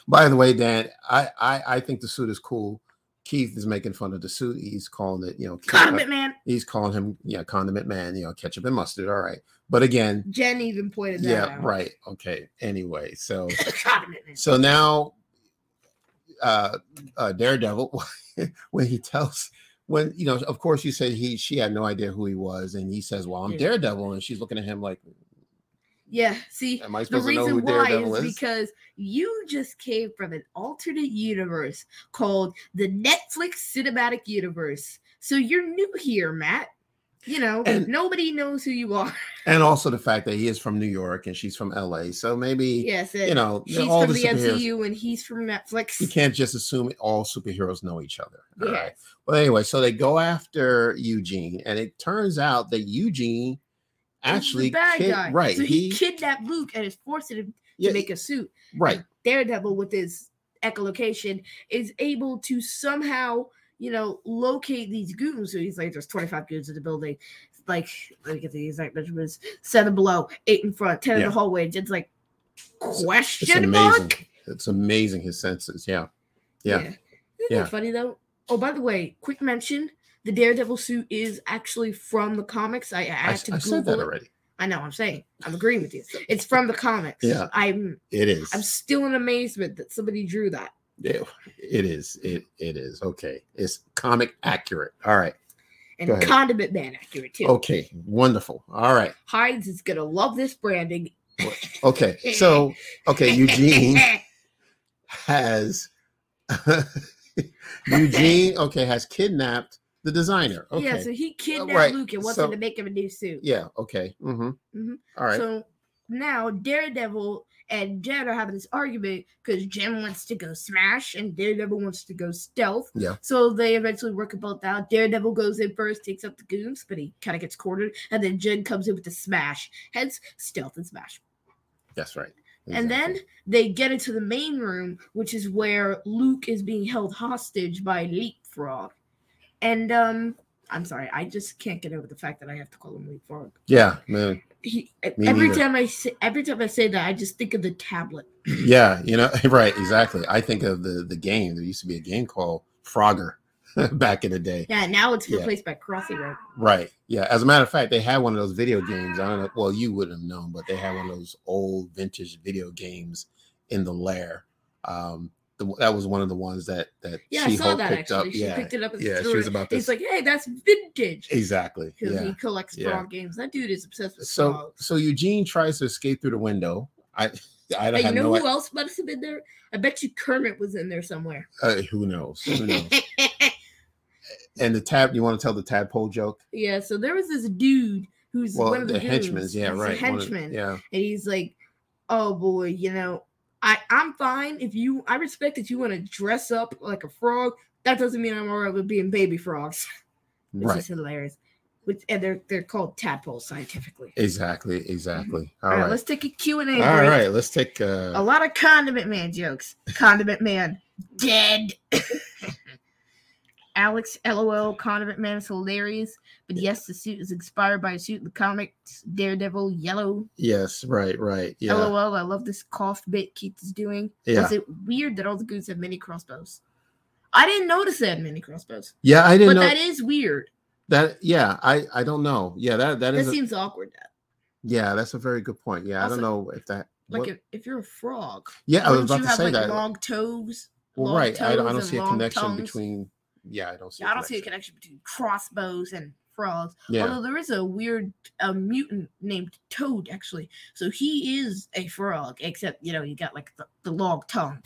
[SPEAKER 1] by the way, Dan, I, I I think the suit is cool. Keith is making fun of the suit. He's calling it, you know,
[SPEAKER 2] Condiment man,
[SPEAKER 1] he's calling him, yeah, condiment man, you know, ketchup and mustard. All right, but again,
[SPEAKER 2] Jen even pointed that
[SPEAKER 1] yeah,
[SPEAKER 2] out.
[SPEAKER 1] right, okay. Anyway, so
[SPEAKER 2] Condiment man.
[SPEAKER 1] so now, uh, uh Daredevil, when he tells. When you know, of course, you said he she had no idea who he was, and he says, "Well, I'm
[SPEAKER 2] Yeah.
[SPEAKER 1] Daredevil," and she's looking at him like,
[SPEAKER 2] Yeah, see,
[SPEAKER 1] "Am I
[SPEAKER 2] the
[SPEAKER 1] supposed to know who
[SPEAKER 2] reason why
[SPEAKER 1] Daredevil
[SPEAKER 2] is
[SPEAKER 1] is?"
[SPEAKER 2] because you just came from an alternate universe called the Netflix Cinematic Universe. So you're new here, Matt. You know,
[SPEAKER 1] And-
[SPEAKER 2] nobody knows who you are.
[SPEAKER 1] and also the fact that he is from New York and she's from LA. So maybe
[SPEAKER 2] Yes,
[SPEAKER 1] you know
[SPEAKER 2] she's
[SPEAKER 1] all
[SPEAKER 2] from
[SPEAKER 1] the
[SPEAKER 2] the
[SPEAKER 1] superheroes.
[SPEAKER 2] MCU and he's from Netflix.
[SPEAKER 1] You can't just assume all superheroes know each other. All right.
[SPEAKER 2] Yes.
[SPEAKER 1] Well, anyway, so they go after Eugene, and it turns out that Eugene
[SPEAKER 2] And he's
[SPEAKER 1] actually
[SPEAKER 2] the bad
[SPEAKER 1] kid-
[SPEAKER 2] guy.
[SPEAKER 1] right.
[SPEAKER 2] So
[SPEAKER 1] he
[SPEAKER 2] he, kidnapped Luke and is forcing him
[SPEAKER 1] yeah,
[SPEAKER 2] to make a suit.
[SPEAKER 1] right.
[SPEAKER 2] Daredevil with his echolocation is able to somehow, you know, locate these goons. So he's like, there's 25 goons in the building. Like, let me get the exact measurements. Seven below, eight in front, ten in
[SPEAKER 1] Yeah.
[SPEAKER 2] the hallway. And Jen's like,
[SPEAKER 1] It's
[SPEAKER 2] question
[SPEAKER 1] amazing.
[SPEAKER 2] mark?
[SPEAKER 1] It's amazing his senses. Yeah. Yeah.
[SPEAKER 2] Isn't
[SPEAKER 1] Yeah.
[SPEAKER 2] that funny though? Oh, by the way, quick mention: the Daredevil suit is actually from the comics. I, I
[SPEAKER 1] I,
[SPEAKER 2] had
[SPEAKER 1] s-
[SPEAKER 2] to
[SPEAKER 1] I
[SPEAKER 2] Google
[SPEAKER 1] said that
[SPEAKER 2] it.
[SPEAKER 1] already.
[SPEAKER 2] I know. I'm saying. I'm agreeing with you. It's from the comics.
[SPEAKER 1] Yeah.
[SPEAKER 2] I'm.
[SPEAKER 1] It is.
[SPEAKER 2] I'm still in amazement that somebody drew that.
[SPEAKER 1] it, it is. It it is. Okay. It's comic accurate. All right. Go
[SPEAKER 2] And
[SPEAKER 1] ahead. Oh.
[SPEAKER 2] Condiment Man accurate too.
[SPEAKER 1] Okay. Wonderful. All right.
[SPEAKER 2] Hines is gonna love this branding.
[SPEAKER 1] Okay. So okay, Eugene. has Eugene okay has kidnapped the designer. Okay.
[SPEAKER 2] Yeah. So he kidnapped
[SPEAKER 1] right,
[SPEAKER 2] Luke and wants
[SPEAKER 1] so-
[SPEAKER 2] him to make him a new suit.
[SPEAKER 1] yeah, okay. Mm-hmm.
[SPEAKER 2] Mhm.
[SPEAKER 1] All right.
[SPEAKER 2] So now Daredevil and Jen are having this argument because Jen wants to go smash and Daredevil wants to go stealth.
[SPEAKER 1] Yeah.
[SPEAKER 2] So they eventually work it both out. Daredevil goes in first, takes up the goons, but he kind of gets cornered, and then Jen comes in with the smash. Hence stealth and smash.
[SPEAKER 1] That's right.
[SPEAKER 2] And then
[SPEAKER 1] Exactly.
[SPEAKER 2] they get into the main room, which is where Luke is being held hostage by Leapfrog. And um I'm sorry, I just can't get over the fact that I have to call him Leapfrog.
[SPEAKER 1] yeah, man,
[SPEAKER 2] He,
[SPEAKER 1] Me
[SPEAKER 2] every
[SPEAKER 1] neither.
[SPEAKER 2] time I say, every time I say that, I just think of the tablet.
[SPEAKER 1] Yeah, you know, right, exactly. I think of the the game. There used to be a game called Frogger back in the day.
[SPEAKER 2] Yeah, now it's
[SPEAKER 1] Yeah.
[SPEAKER 2] replaced by Crossy Road.
[SPEAKER 1] Right. Yeah. As a matter of fact, they had one of those video games. I don't know. Well, you wouldn't have known, but they had one of those old vintage video games in the lair. Um, the, that was one of the ones that that
[SPEAKER 2] Yeah, I saw
[SPEAKER 1] She-Hulk
[SPEAKER 2] that
[SPEAKER 1] picked
[SPEAKER 2] actually.
[SPEAKER 1] up.
[SPEAKER 2] She
[SPEAKER 1] yeah,
[SPEAKER 2] picked it up and
[SPEAKER 1] yeah.
[SPEAKER 2] threw
[SPEAKER 1] She was
[SPEAKER 2] it.
[SPEAKER 1] about
[SPEAKER 2] He's
[SPEAKER 1] this.
[SPEAKER 2] like, hey, that's vintage.
[SPEAKER 1] exactly.
[SPEAKER 2] Because
[SPEAKER 1] Yeah.
[SPEAKER 2] he collects
[SPEAKER 1] yeah.
[SPEAKER 2] frog games. That dude is obsessed with
[SPEAKER 1] So
[SPEAKER 2] frogs.
[SPEAKER 1] so Eugene tries to escape through the window. I I don't
[SPEAKER 2] Hey, you
[SPEAKER 1] have
[SPEAKER 2] know
[SPEAKER 1] no
[SPEAKER 2] who else must have been there? I bet you Kermit was in there somewhere.
[SPEAKER 1] Uh, who knows? Who knows? and the tab. You want to tell the tadpole joke?
[SPEAKER 2] yeah, so there was this dude who's
[SPEAKER 1] Well,
[SPEAKER 2] one of the,
[SPEAKER 1] the
[SPEAKER 2] dudes.
[SPEAKER 1] henchmen. Yeah,
[SPEAKER 2] He's a
[SPEAKER 1] right. one of-
[SPEAKER 2] henchman.
[SPEAKER 1] yeah.
[SPEAKER 2] and he's like, "Oh boy, you know, I I'm fine if you. I respect that you want to dress up like a frog. That doesn't mean I'm alright with being baby frogs. It's
[SPEAKER 1] Right.
[SPEAKER 2] just hilarious. Which and they're they're called tadpoles scientifically.
[SPEAKER 1] Exactly. Exactly.
[SPEAKER 2] All
[SPEAKER 1] All
[SPEAKER 2] right,
[SPEAKER 1] right.
[SPEAKER 2] let's take a Q and A.
[SPEAKER 1] All
[SPEAKER 2] break. Oh,
[SPEAKER 1] right. Let's take. Uh,
[SPEAKER 2] A lot of condiment man jokes. Condiment man dead. Alex, lol, condiment man is hilarious. But yes, the suit is inspired by a suit in the comics Daredevil Yellow.
[SPEAKER 1] Yes, right, right. Yeah.
[SPEAKER 2] LOL, I love this cough bit Keith is doing.
[SPEAKER 1] Yeah.
[SPEAKER 2] Was it weird that all the goons have mini crossbows? I didn't notice they had mini crossbows,
[SPEAKER 1] Yeah, I
[SPEAKER 2] but
[SPEAKER 1] didn't know
[SPEAKER 2] that is weird.
[SPEAKER 1] that yeah, I I don't know. Yeah, that that
[SPEAKER 2] That,
[SPEAKER 1] is a,
[SPEAKER 2] seems awkward. That
[SPEAKER 1] yeah, that's a very good point. Yeah, I
[SPEAKER 2] Also,
[SPEAKER 1] don't know if that
[SPEAKER 2] like
[SPEAKER 1] what-
[SPEAKER 2] if, if you're a frog,
[SPEAKER 1] Yeah, I was
[SPEAKER 2] wouldn't
[SPEAKER 1] about
[SPEAKER 2] you
[SPEAKER 1] to
[SPEAKER 2] have
[SPEAKER 1] say
[SPEAKER 2] like
[SPEAKER 1] that.
[SPEAKER 2] long toes?
[SPEAKER 1] well,
[SPEAKER 2] long
[SPEAKER 1] right. I, I
[SPEAKER 2] toes
[SPEAKER 1] don't
[SPEAKER 2] and
[SPEAKER 1] see a
[SPEAKER 2] long
[SPEAKER 1] connection
[SPEAKER 2] tongues?
[SPEAKER 1] between Yeah, I don't see.
[SPEAKER 2] Yeah, I don't see a connection between crossbows and frogs.
[SPEAKER 1] Yeah.
[SPEAKER 2] Although there is a weird uh, mutant named Toad actually, so he is a frog, except you know you got like the, the long tongue.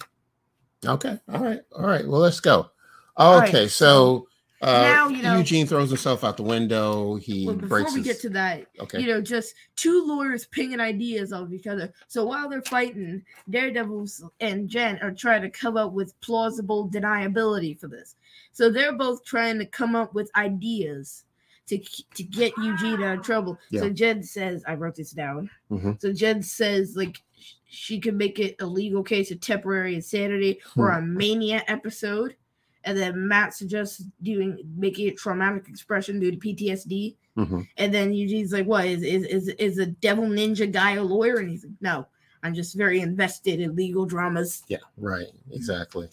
[SPEAKER 1] Okay. All right. All right. Well, let's go.
[SPEAKER 2] right,
[SPEAKER 1] Okay, so uh
[SPEAKER 2] now, you know-
[SPEAKER 1] Eugene throws himself out the window. He
[SPEAKER 2] Well, before
[SPEAKER 1] breaks
[SPEAKER 2] we get
[SPEAKER 1] his-
[SPEAKER 2] to that,
[SPEAKER 1] Okay.
[SPEAKER 2] you know, just two lawyers pinging ideas off each other. So while they're fighting, Daredevils and Jen are trying to come up with plausible deniability for this. So they're both trying to come up with ideas to k- to get Eugene out of trouble. So
[SPEAKER 1] Yeah.
[SPEAKER 2] Jen says, I wrote this down.
[SPEAKER 1] Mhm.
[SPEAKER 2] So Jen says, like, sh- she could make it a legal case of temporary insanity
[SPEAKER 1] Hmm.
[SPEAKER 2] or a mania episode. And then Matt suggests doing making it traumatic expression due to PTSD.
[SPEAKER 1] Mhm.
[SPEAKER 2] And then Eugene's like, "What is is is is a devil ninja guy a lawyer?" And he's like, "No, I'm just very invested in legal dramas."
[SPEAKER 1] Yeah, right.
[SPEAKER 2] Mm-hmm.
[SPEAKER 1] Exactly.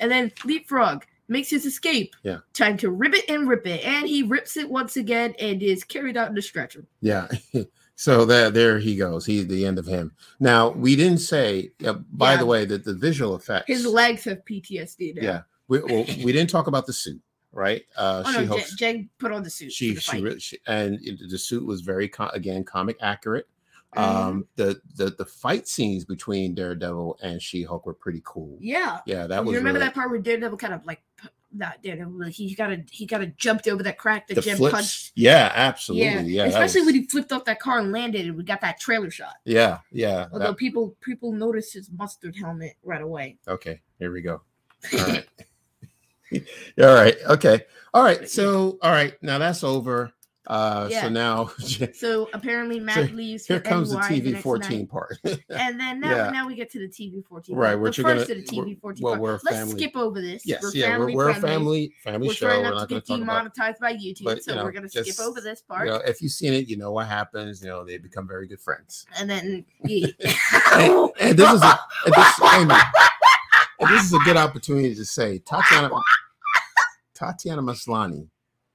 [SPEAKER 2] And then Leapfrog makes his escape.
[SPEAKER 1] Yeah.
[SPEAKER 2] Time to rip it and rip it, and he rips it once again and is carried out in the stretcher.
[SPEAKER 1] Yeah. so that there he goes. He's the end of him. Now we didn't say. Uh, by
[SPEAKER 2] Yeah.
[SPEAKER 1] the way, that the visual effects.
[SPEAKER 2] His legs have PTSD now.
[SPEAKER 1] yeah. We well, we didn't talk about the suit, right? Uh,
[SPEAKER 2] Oh
[SPEAKER 1] she
[SPEAKER 2] no, Jen,
[SPEAKER 1] hopes
[SPEAKER 2] Jen put on the suit.
[SPEAKER 1] she
[SPEAKER 2] for the
[SPEAKER 1] she,
[SPEAKER 2] fight.
[SPEAKER 1] re- she and it- the suit was very co- again comic accurate.
[SPEAKER 2] Mhm.
[SPEAKER 1] Um, the the the fight scenes between Daredevil and She Hulk were pretty cool.
[SPEAKER 2] yeah.
[SPEAKER 1] Yeah, that
[SPEAKER 2] You
[SPEAKER 1] was
[SPEAKER 2] remember
[SPEAKER 1] really-
[SPEAKER 2] that part where Daredevil kind of like p- not Daredevil, like, he got a he got a jumped over that crack that
[SPEAKER 1] the
[SPEAKER 2] Jen
[SPEAKER 1] flips.
[SPEAKER 2] punched.
[SPEAKER 1] Yeah, absolutely. Yeah, that
[SPEAKER 2] especially
[SPEAKER 1] was-
[SPEAKER 2] when he flipped off that car and landed, and we got that trailer shot.
[SPEAKER 1] yeah yeah. that-
[SPEAKER 2] Although people people notice his mustard helmet right away.
[SPEAKER 1] Okay, here we go. All right. all right. Okay. All
[SPEAKER 2] Yeah.
[SPEAKER 1] right. So, all right. Now that's over. Uh,
[SPEAKER 2] Yeah.
[SPEAKER 1] So now
[SPEAKER 2] So apparently Matt leaves. for
[SPEAKER 1] here comes the
[SPEAKER 2] NY
[SPEAKER 1] TV
[SPEAKER 2] next
[SPEAKER 1] 14
[SPEAKER 2] night.
[SPEAKER 1] part.
[SPEAKER 2] And then now,
[SPEAKER 1] Yeah.
[SPEAKER 2] now we get to the TV fourteen.
[SPEAKER 1] Right,
[SPEAKER 2] part,
[SPEAKER 1] which
[SPEAKER 2] the
[SPEAKER 1] you're gonna-
[SPEAKER 2] first of the
[SPEAKER 1] we're-
[SPEAKER 2] TV fourteen.
[SPEAKER 1] well,
[SPEAKER 2] part.
[SPEAKER 1] we're a
[SPEAKER 2] Let's
[SPEAKER 1] family-
[SPEAKER 2] skip over this.
[SPEAKER 1] yes. yeah. We're, we're a family family
[SPEAKER 2] We're
[SPEAKER 1] show.
[SPEAKER 2] trying
[SPEAKER 1] We're
[SPEAKER 2] not
[SPEAKER 1] not
[SPEAKER 2] to
[SPEAKER 1] going
[SPEAKER 2] get
[SPEAKER 1] to talk about.
[SPEAKER 2] demonetized by YouTube,
[SPEAKER 1] but,
[SPEAKER 2] so
[SPEAKER 1] you know,
[SPEAKER 2] we're gonna
[SPEAKER 1] just,
[SPEAKER 2] skip over this
[SPEAKER 1] You
[SPEAKER 2] part.
[SPEAKER 1] know, if you've seen it, you know what happens. You know they become very good friends.
[SPEAKER 2] and then yeah.
[SPEAKER 1] And, and this is a and this, wait a minute. And this is a good opportunity to say Tatiana Tatiana Maslany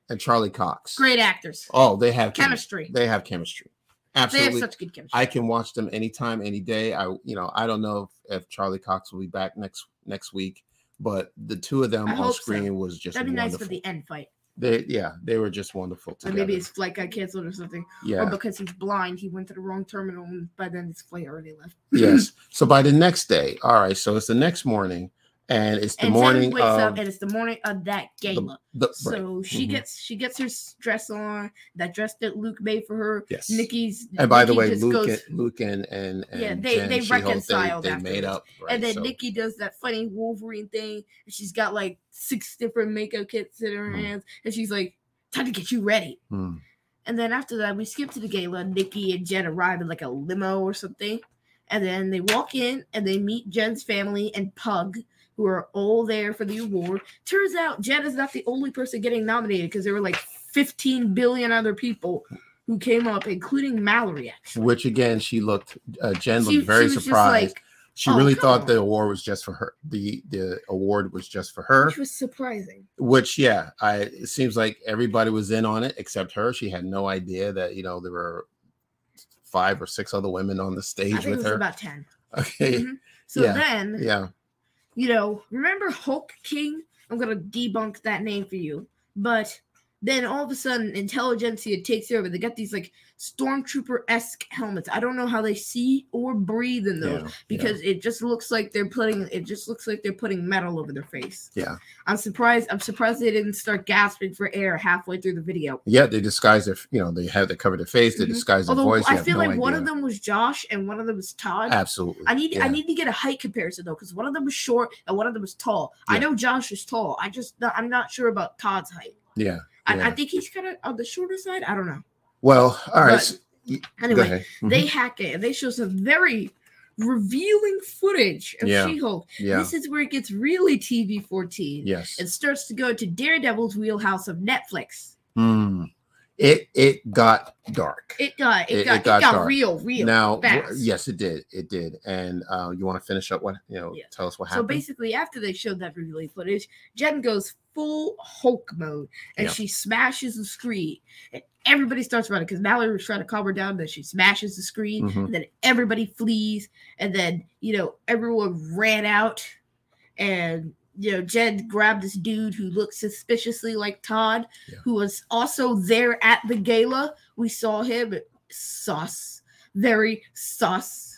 [SPEAKER 1] and Charlie Cox.
[SPEAKER 2] great actors.
[SPEAKER 1] Oh, they have chemistry.
[SPEAKER 2] Chemistry.
[SPEAKER 1] They have chemistry.
[SPEAKER 2] They have
[SPEAKER 1] Absolutely.
[SPEAKER 2] such good chemistry.
[SPEAKER 1] I can watch them anytime, any day. I, you know, I don't know if, if Charlie Cox will be back next next week, but the two of them
[SPEAKER 2] I
[SPEAKER 1] on
[SPEAKER 2] hope so.
[SPEAKER 1] screen was just
[SPEAKER 2] That'd be nice
[SPEAKER 1] wonderful.
[SPEAKER 2] for the end fight.
[SPEAKER 1] they, yeah, they were just wonderful
[SPEAKER 2] Or
[SPEAKER 1] together.
[SPEAKER 2] maybe his flight got canceled or something. Or
[SPEAKER 1] yeah,
[SPEAKER 2] because he's blind, he went to the wrong terminal and by then his flight already left.
[SPEAKER 1] yes. So by the next day, all right. So it's the next morning, and it's the
[SPEAKER 2] and Tammy
[SPEAKER 1] morning
[SPEAKER 2] wakes
[SPEAKER 1] of
[SPEAKER 2] up and it's the morning of that gala.
[SPEAKER 1] the
[SPEAKER 2] so
[SPEAKER 1] right.
[SPEAKER 2] she
[SPEAKER 1] Mhm.
[SPEAKER 2] gets she gets her s- dress on, that dress that Luke made for her.
[SPEAKER 1] yes.
[SPEAKER 2] Nikki's
[SPEAKER 1] and by the
[SPEAKER 2] Nikki
[SPEAKER 1] way,
[SPEAKER 2] just
[SPEAKER 1] Luke,
[SPEAKER 2] goes-
[SPEAKER 1] and, Luke and and
[SPEAKER 2] Yeah,
[SPEAKER 1] and
[SPEAKER 2] they-
[SPEAKER 1] Jen,
[SPEAKER 2] they
[SPEAKER 1] She-Hulk,
[SPEAKER 2] reconciled
[SPEAKER 1] They, they made
[SPEAKER 2] afterwards.
[SPEAKER 1] up, right?
[SPEAKER 2] and then
[SPEAKER 1] so,
[SPEAKER 2] Nikki does that funny Wolverine thing. And she's got like six different makeup kits in her
[SPEAKER 1] Mhm.
[SPEAKER 2] hands, and she's like, "Time to get you ready."
[SPEAKER 1] mm,
[SPEAKER 2] And then after that, we skip to the gala. Nikki and Jen arrive in like a limo or something. And then they walk in and they meet Jen's family and Pug, who are all there for the award. Turns out Jen is not the only person getting nominated because there were like 15 billion other people who came up, including Mallory. Actually,
[SPEAKER 1] Which again, she looked. Uh, Jen
[SPEAKER 2] She-
[SPEAKER 1] looked very
[SPEAKER 2] she was just
[SPEAKER 1] surprised.
[SPEAKER 2] like-
[SPEAKER 1] she
[SPEAKER 2] "Oh,
[SPEAKER 1] really
[SPEAKER 2] come
[SPEAKER 1] thought
[SPEAKER 2] on."
[SPEAKER 1] the award was just for her. The the award was just for her.
[SPEAKER 2] which was surprising.
[SPEAKER 1] Which, yeah, I it seems like everybody was in on it except her. She had no idea that you know there were five or six other women on the
[SPEAKER 2] I
[SPEAKER 1] stage
[SPEAKER 2] think it
[SPEAKER 1] with
[SPEAKER 2] was
[SPEAKER 1] her.
[SPEAKER 2] about ten.
[SPEAKER 1] okay,
[SPEAKER 2] Mhm. So
[SPEAKER 1] Yeah.
[SPEAKER 2] then,
[SPEAKER 1] yeah,
[SPEAKER 2] you know, remember Hulk King? I'm gonna debunk that name for you. But then all of a sudden, intelligentsia takes over. They got these like stormtrooper esque helmets. I don't know how they see or breathe in those
[SPEAKER 1] yeah,
[SPEAKER 2] because it just looks like they're putting it just looks like they're putting metal over their face.
[SPEAKER 1] Yeah.
[SPEAKER 2] I'm surprised. I'm surprised they didn't start gasping for air halfway through the video.
[SPEAKER 1] yeah. They disguise their, you know, they have they cover their face, they
[SPEAKER 2] Mhm.
[SPEAKER 1] disguise their
[SPEAKER 2] Although
[SPEAKER 1] voice. you
[SPEAKER 2] I
[SPEAKER 1] have
[SPEAKER 2] feel
[SPEAKER 1] no
[SPEAKER 2] like one of
[SPEAKER 1] idea.
[SPEAKER 2] them was Josh and one of them was Todd.
[SPEAKER 1] absolutely.
[SPEAKER 2] I need I
[SPEAKER 1] yeah.
[SPEAKER 2] need to get a height comparison though, because one of them was short and one of them was tall. I
[SPEAKER 1] Yeah.
[SPEAKER 2] know Josh is tall. I just not- I'm not sure about Todd's height.
[SPEAKER 1] yeah.
[SPEAKER 2] I, I
[SPEAKER 1] Yeah.
[SPEAKER 2] think he's kind of on the shorter side. I don't know.
[SPEAKER 1] Well, all right.
[SPEAKER 2] But
[SPEAKER 1] so- go
[SPEAKER 2] Anyway,
[SPEAKER 1] ahead. Mhm.
[SPEAKER 2] they hack it and they show some very revealing footage of
[SPEAKER 1] Yeah.
[SPEAKER 2] She-Hulk.
[SPEAKER 1] Mm-hmm, yeah.
[SPEAKER 2] This is where it gets really TV 14.
[SPEAKER 1] yes.
[SPEAKER 2] It starts to go to Daredevil's wheelhouse of Netflix.
[SPEAKER 1] Hmm. It it got dark.
[SPEAKER 2] It got it,
[SPEAKER 1] It- it
[SPEAKER 2] got it
[SPEAKER 1] got
[SPEAKER 2] got,
[SPEAKER 1] dark.
[SPEAKER 2] real, real.
[SPEAKER 1] now, wh-
[SPEAKER 2] fast.
[SPEAKER 1] yes, it did. It did. And uh, you want to finish up what you know?
[SPEAKER 2] Yeah.
[SPEAKER 1] Tell us what
[SPEAKER 2] So
[SPEAKER 1] happened.
[SPEAKER 2] basically, after they showed that revealing footage, Jen goes full Hulk mode and
[SPEAKER 1] Yeah.
[SPEAKER 2] she smashes the screen, and everybody starts running because Mallory was trying to calm her down. Then she smashes the screen,
[SPEAKER 1] Mhm.
[SPEAKER 2] and then everybody flees, and then you know everyone ran out, and you know Jen grabbed this dude who looked suspiciously like Todd,
[SPEAKER 1] Yeah.
[SPEAKER 2] who was also there at the gala. We saw him sus, very sus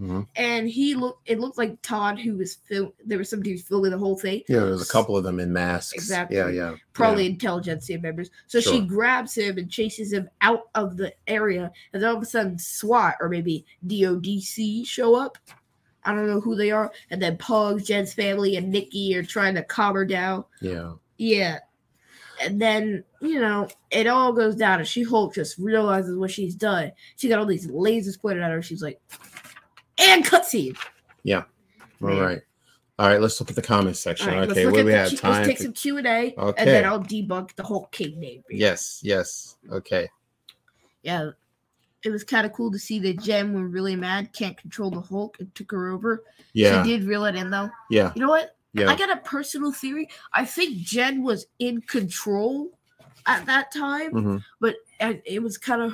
[SPEAKER 1] Mhm.
[SPEAKER 2] and he looked it looked like Todd who was film there was some dude filming the whole thing,
[SPEAKER 1] Yeah, there was a couple of them in masks.
[SPEAKER 2] Exactly.
[SPEAKER 1] Yeah, yeah.
[SPEAKER 2] probably intelligentsia members. So she
[SPEAKER 1] Sure.
[SPEAKER 2] grabs him and chases him out of the area, and then all of a sudden SWAT or maybe DODC show up. I don't know who they are, and then Pug, Jen's family, and Nikki are trying to calm her down.
[SPEAKER 1] Yeah. yeah.
[SPEAKER 2] Yeah. And then, you know, it all goes down, and She Hulk just realizes what she's done. She got all these lasers pointed at her. She's like, and cutscene.
[SPEAKER 1] All
[SPEAKER 2] Man.
[SPEAKER 1] right. All right. Let's look at the comments section.
[SPEAKER 2] All right,
[SPEAKER 1] okay.
[SPEAKER 2] let's look
[SPEAKER 1] What
[SPEAKER 2] at
[SPEAKER 1] do we
[SPEAKER 2] the
[SPEAKER 1] have?
[SPEAKER 2] Q-
[SPEAKER 1] Time.
[SPEAKER 2] Let's take
[SPEAKER 1] for-
[SPEAKER 2] some Q and A, and
[SPEAKER 1] Okay.
[SPEAKER 2] then I'll debunk the whole King name. for you.
[SPEAKER 1] yes. Yes. Okay.
[SPEAKER 2] yeah. It was kind of cool to see that Jen, when really mad, can't control the Hulk and took her over.
[SPEAKER 1] Yeah.
[SPEAKER 2] She did reel it in though.
[SPEAKER 1] Yeah.
[SPEAKER 2] You know what? I
[SPEAKER 1] Yeah.
[SPEAKER 2] got a personal theory. I think Jen was in control at that time,
[SPEAKER 1] Mhm.
[SPEAKER 2] but and it was kind of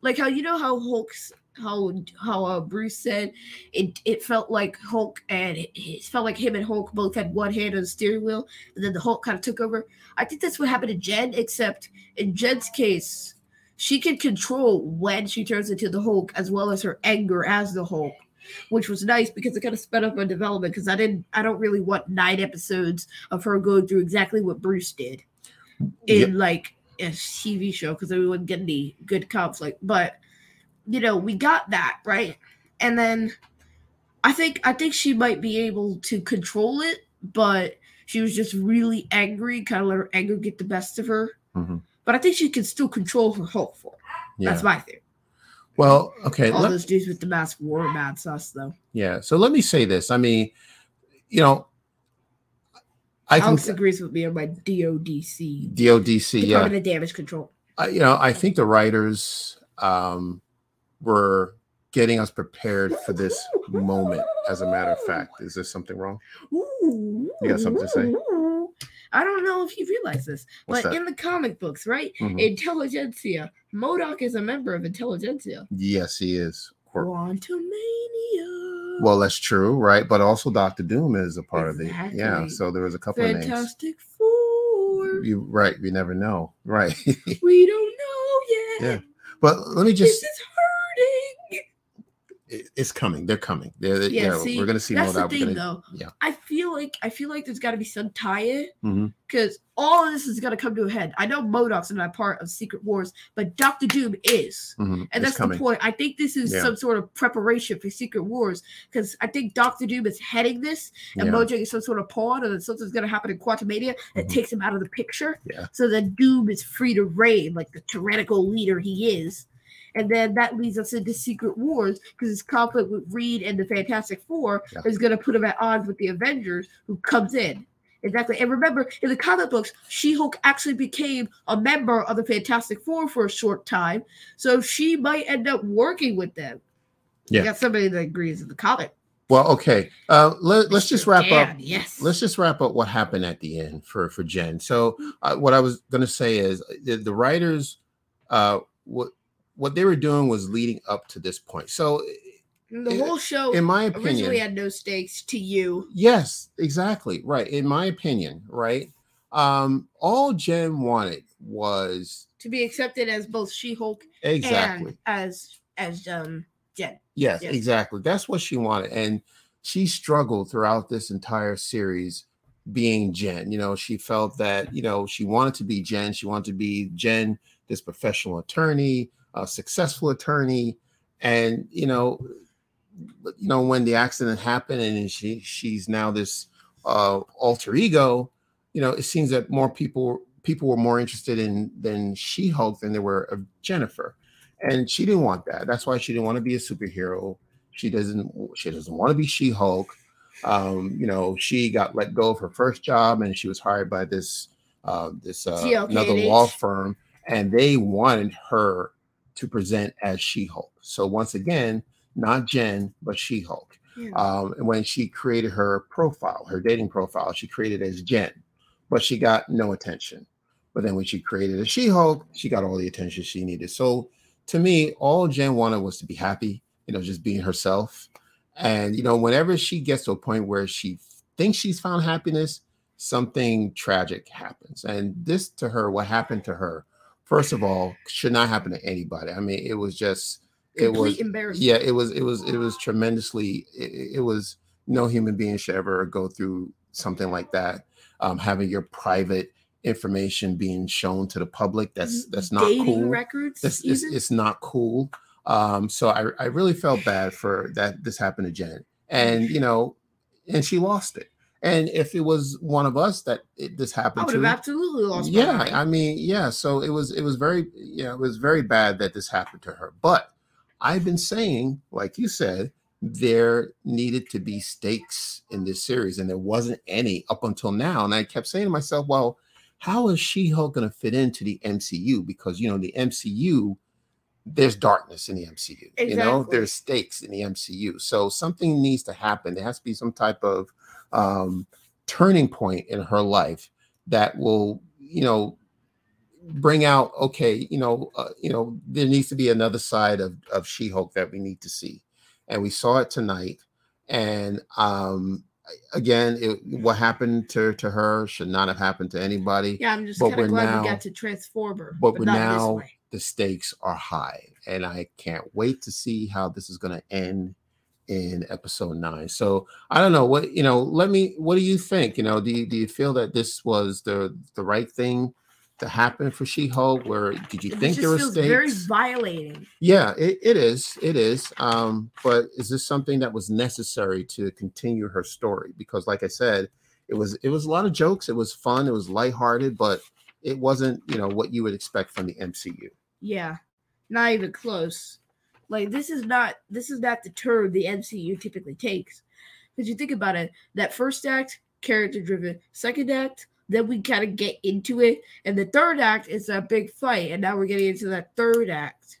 [SPEAKER 2] like how you know how Hulk's how how uh, Bruce said it it felt like Hulk and it, it felt like him and Hulk both had one hand on the steering wheel and then the Hulk kind of took over. I think that's what happened to Jen, except in Jen's case, she can control when she turns into the Hulk as well as her anger as the Hulk. Which was nice because it kind of sped up on development because I didn't I don't really want nine episodes of her going through exactly what Bruce did in
[SPEAKER 1] Yep.
[SPEAKER 2] like a TV show because we wouldn't get any good conflict. But you know, we got that right, and then I think I think she might be able to control it, but she was just really angry, kind of let her anger get the best of her.
[SPEAKER 1] Mhm.
[SPEAKER 2] But I think she can still control her Hulk form.
[SPEAKER 1] Yeah.
[SPEAKER 2] That's my theory.
[SPEAKER 1] Well. Okay.
[SPEAKER 2] All
[SPEAKER 1] let-
[SPEAKER 2] those dudes with the mask wore mad sauce though.
[SPEAKER 1] yeah. So let me say this. I mean, you know, I can.
[SPEAKER 2] Alex agrees with me on my DODC
[SPEAKER 1] DODC. Yeah.
[SPEAKER 2] Department of Damage Control.
[SPEAKER 1] I, you know, I think the writers um, were getting us prepared for this moment. As a matter of fact, is there something wrong?
[SPEAKER 2] Ooh,
[SPEAKER 1] You got something to say?
[SPEAKER 2] ooh. I don't know if you realize this,
[SPEAKER 1] What's
[SPEAKER 2] but
[SPEAKER 1] that?
[SPEAKER 2] in the comic books, right?
[SPEAKER 1] Mhm.
[SPEAKER 2] Intelligentsia. Modoc is a member of Intelligentsia.
[SPEAKER 1] yes, he is. Quirk.
[SPEAKER 2] Quantumania.
[SPEAKER 1] Well, that's true, right? But also, Doctor Doom is a part of the yeah.
[SPEAKER 2] Exactly.
[SPEAKER 1] So there was a couple of
[SPEAKER 2] Fantastic Four.
[SPEAKER 1] names. You right? You never know, right?
[SPEAKER 2] We don't know yet.
[SPEAKER 1] Yeah, but let me
[SPEAKER 2] this
[SPEAKER 1] just.
[SPEAKER 2] is hurting.
[SPEAKER 1] it- It's coming. They're coming. They're,
[SPEAKER 2] Yeah,
[SPEAKER 1] yeah,
[SPEAKER 2] see,
[SPEAKER 1] we're gonna see
[SPEAKER 2] That's
[SPEAKER 1] more.
[SPEAKER 2] the thing, though.
[SPEAKER 1] yeah.
[SPEAKER 2] I feel like I feel like there's got to be some tie-in
[SPEAKER 1] hmm
[SPEAKER 2] because all of this is gonna come to a head. I know Modoc's not a part of Secret Wars, but Doctor Doom is. And
[SPEAKER 1] mm-hmm, it's
[SPEAKER 2] that's
[SPEAKER 1] coming.
[SPEAKER 2] the point. I think this is
[SPEAKER 1] Yeah.
[SPEAKER 2] some sort of preparation for Secret Wars because I think Doctor Doom is heading this, and
[SPEAKER 1] Yeah.
[SPEAKER 2] Bojack is some sort of pawn, and then something's going to happen in Quantumania that
[SPEAKER 1] Mhm.
[SPEAKER 2] takes him out of the picture.
[SPEAKER 1] Yeah.
[SPEAKER 2] So then Doom is free to reign like the tyrannical leader he is. And then that leads us into Secret Wars because his conflict with Reed and the Fantastic Four
[SPEAKER 1] Yeah.
[SPEAKER 2] is going to put him at odds with the Avengers who comes in. Exactly. And remember, in the comic books, She Hulk actually became a member of the Fantastic Four for a short time. So she might end up working with them.
[SPEAKER 1] Yeah.
[SPEAKER 2] You got somebody that agrees in the comic.
[SPEAKER 1] Well, okay. Uh, let, let's just
[SPEAKER 2] Mr.
[SPEAKER 1] wrap up.
[SPEAKER 2] Dan, Yes.
[SPEAKER 1] let's just wrap up what happened at the end for for Jen. So
[SPEAKER 2] Mm.
[SPEAKER 1] uh, what I was going to say is uh, the, the writers, uh, what what they were doing was leading up to this point. So
[SPEAKER 2] the
[SPEAKER 1] in-
[SPEAKER 2] whole show
[SPEAKER 1] in my opinion,
[SPEAKER 2] Oh, originally had no stakes to you.
[SPEAKER 1] yes, exactly right. In my opinion, right. Um, all Jen wanted was
[SPEAKER 2] to be accepted as both She-Hulk
[SPEAKER 1] exactly
[SPEAKER 2] and as as um Jen.
[SPEAKER 1] Yes,
[SPEAKER 2] Yes.
[SPEAKER 1] exactly. That's what she wanted. And she struggled throughout this entire series being Jen. You know, she felt that, you know, she wanted to be Jen. She wanted to be Jen, this professional attorney, a successful attorney. And, you know, but, you know, when the accident happened and she she's now this uh alter ego, you know, it seems that more people people were more interested in than She Hulk than they were of Jennifer and she didn't want that. That's why she didn't want to be a superhero. She doesn't. She doesn't want to be She Hulk. Um, you know, she got let go of her first job, and she was hired by this uh, this uh,
[SPEAKER 2] TLKH.
[SPEAKER 1] another law firm, and they wanted her to present as She Hulk. So once again, not Jen, but She Hulk
[SPEAKER 2] Yeah.
[SPEAKER 1] um, when she created her profile, her dating profile, she created as Jen, but she got no attention. But then when she created a She Hulk, she got all the attention she needed. So to me, all Jen wanted was to be happy, you know, just being herself. And, you know, whenever she gets to a point where she thinks she's found happiness, something tragic happens. And this to her, what happened to her, first of all, should not happen to anybody. I mean, it was just, it
[SPEAKER 2] Complete
[SPEAKER 1] was
[SPEAKER 2] embarrassment.
[SPEAKER 1] yeah it was it was it was tremendously it, it was no human being should ever go through something like that um having your private information being shown to the public that's that's not
[SPEAKER 2] Mm-hmm. dating
[SPEAKER 1] cool
[SPEAKER 2] records.
[SPEAKER 1] that's it's,
[SPEAKER 2] even?
[SPEAKER 1] it's not cool um so i i really felt bad for that this happened to jen and you know and she lost it and if it was one of us that it, this
[SPEAKER 2] I
[SPEAKER 1] happened
[SPEAKER 2] would
[SPEAKER 1] to
[SPEAKER 2] have absolutely lost. my
[SPEAKER 1] yeah
[SPEAKER 2] mind.
[SPEAKER 1] i mean yeah so it was it was very you know it was very bad that this happened to her but i've been saying like you said there needed to be stakes in this series and there wasn't any up until now and i kept saying to myself well how is she-hulk going to fit into the mcu because you know the mcu there's darkness in the mcu you know
[SPEAKER 2] Exactly.
[SPEAKER 1] there's stakes in the mcu so something needs to happen there has to be some type of um turning point in her life that will you know bring out okay you know uh, you know there needs to be another side of of she-hulk that we need to see and we saw it tonight and um again it, what happened to to her should not have happened to anybody
[SPEAKER 2] Yeah, I'm just
[SPEAKER 1] but
[SPEAKER 2] kind of
[SPEAKER 1] we're
[SPEAKER 2] glad
[SPEAKER 1] now-
[SPEAKER 2] we got to Transformer,
[SPEAKER 1] but
[SPEAKER 2] but,
[SPEAKER 1] we're
[SPEAKER 2] not
[SPEAKER 1] now-
[SPEAKER 2] this way.
[SPEAKER 1] the stakes are high and i can't wait to see how this is going to end in episode 9 so i don't know what you know let me what do you think you know do you, do you feel that this was the the right thing to happen for she-hulk where did you
[SPEAKER 2] It
[SPEAKER 1] think
[SPEAKER 2] just
[SPEAKER 1] there were
[SPEAKER 2] feels
[SPEAKER 1] stakes
[SPEAKER 2] very violating.
[SPEAKER 1] yeah it, it is it is um but is this something that was necessary to continue her story because like i said it was it was a lot of jokes it was fun it was lighthearted but it wasn't you know what you would expect from the mcu
[SPEAKER 2] Yeah, not even close. Like this is not this is not the turn the MCU typically takes. Because you think about it, that first act character driven, second act then we kind of get into it, and the third act is that big fight, and now we're getting into that third act.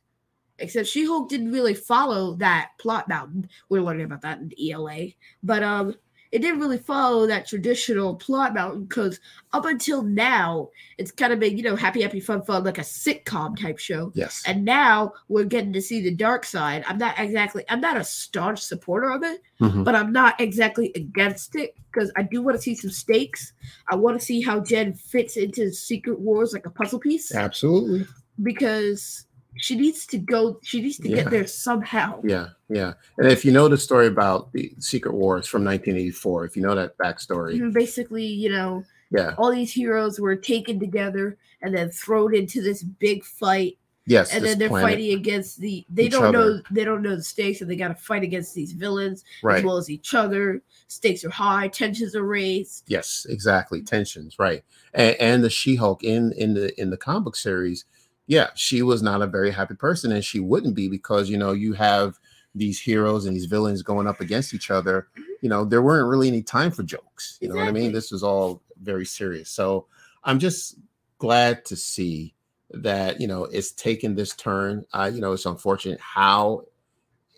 [SPEAKER 2] Except She Hulk didn't really follow that plot. Now we're learning about that in ELA, but um, it didn't really follow that traditional plot mountain because up until now it's kind of been you know happy happy fun fun like a sitcom type show
[SPEAKER 1] yes
[SPEAKER 2] and now we're getting to see the dark side i'm not exactly i'm not a staunch supporter of it
[SPEAKER 1] Mhm.
[SPEAKER 2] but i'm not exactly against it because i do want to see some stakes i want to see how jen fits into secret wars like a puzzle piece
[SPEAKER 1] Absolutely.
[SPEAKER 2] because she needs to go she needs to
[SPEAKER 1] Yeah.
[SPEAKER 2] get there somehow
[SPEAKER 1] Yeah, yeah. And if you know the story about the Secret Wars from 1984, if you know that backstory,
[SPEAKER 2] Mhm, basically you know
[SPEAKER 1] yeah,
[SPEAKER 2] all these heroes were taken together and then thrown into this big fight
[SPEAKER 1] yes,
[SPEAKER 2] and
[SPEAKER 1] this
[SPEAKER 2] then they're
[SPEAKER 1] planet,
[SPEAKER 2] fighting against the they
[SPEAKER 1] Each
[SPEAKER 2] don't know
[SPEAKER 1] other.
[SPEAKER 2] they don't know the stakes and they got to fight against these villains as
[SPEAKER 1] right?
[SPEAKER 2] well as each other stakes are high tensions are raised
[SPEAKER 1] Yes, exactly. Tensions, right? And, and the She-Hulk in in the in the comic series, yeah, she was not a very happy person, and she wouldn't be because you know you have these heroes and these villains going up against each other. You know, there weren't really any time for jokes. You know what I mean?
[SPEAKER 2] Exactly.
[SPEAKER 1] This was all very serious. So I'm just glad to see that you know it's taken this turn. Uh, you know, it's unfortunate how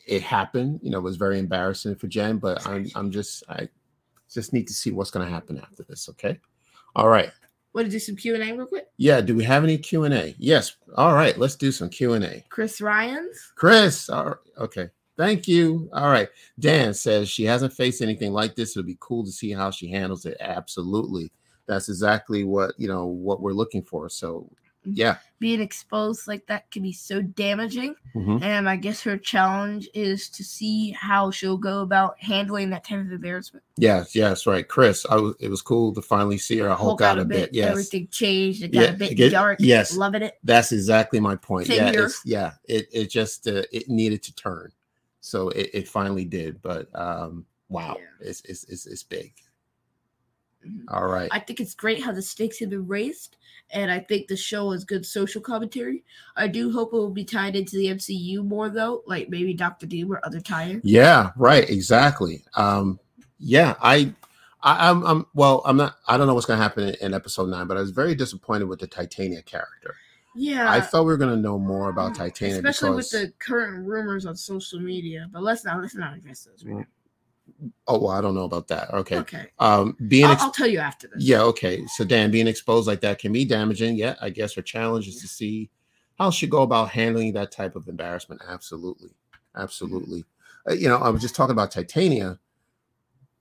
[SPEAKER 1] it happened. You know, it was very embarrassing for Jen, but I'm I'm just I just need to see what's going to happen after this. Okay. All right.
[SPEAKER 2] Want to do some Q and A real quick?
[SPEAKER 1] Yeah. Do we have any Q and A? Yes. All right. Let's do some Q and A.
[SPEAKER 2] Chris Ryan's.
[SPEAKER 1] Chris. All right. Okay. Thank you. All right. Dan says she hasn't faced anything like this. It'll be cool to see how she handles it. Absolutely. That's exactly what you know what we're looking for. So yeah.
[SPEAKER 2] Being exposed like that can be so damaging.
[SPEAKER 1] Mhm.
[SPEAKER 2] And I guess her challenge is to see how she'll go about handling that type of embarrassment.
[SPEAKER 1] Yes. Yes. Right. Chris. I was, it was cool to finally see her Hulk, out, a bit. Yes.
[SPEAKER 2] Everything changed. It got
[SPEAKER 1] Yeah,
[SPEAKER 2] a
[SPEAKER 1] it
[SPEAKER 2] bit
[SPEAKER 1] get-
[SPEAKER 2] dark.
[SPEAKER 1] yes.
[SPEAKER 2] Loving it.
[SPEAKER 1] That's exactly my point.
[SPEAKER 2] Same
[SPEAKER 1] yeah,
[SPEAKER 2] here.
[SPEAKER 1] it's, yeah. It it just uh, it needed to turn, so it, it finally did. But um, wow,
[SPEAKER 2] Yeah.
[SPEAKER 1] it's, it's it's it's big.
[SPEAKER 2] Mhm.
[SPEAKER 1] All right,
[SPEAKER 2] I think it's great how the stakes have been raised, and I think the show is good social commentary. I do hope it will be tied into the MCU more though, like maybe Doctor Doom or other tie-in.
[SPEAKER 1] yeah, right, exactly. Um, yeah, I, I I'm, I'm well, I'm not. I don't know what's gonna happen in, in episode nine, but I was very disappointed with the Titania character.
[SPEAKER 2] Yeah, um, Mm,
[SPEAKER 1] I thought we were gonna know more about Titania,
[SPEAKER 2] especially with
[SPEAKER 1] because,
[SPEAKER 2] the current rumors on social media. But let's not let's not address those. Right
[SPEAKER 1] oh well, I don't know about that.
[SPEAKER 2] now.
[SPEAKER 1] Okay,
[SPEAKER 2] Okay, Uh,
[SPEAKER 1] um, being
[SPEAKER 2] I'll,
[SPEAKER 1] ex-
[SPEAKER 2] I'll tell you after this.
[SPEAKER 1] Yeah, okay. So Dan being exposed like that can be damaging. Yeah, I guess her challenge is to see how she go about handling that type of embarrassment. Absolutely.
[SPEAKER 2] Mm-hmm.
[SPEAKER 1] Absolutely. Uh, you know, I was just talking about Titania.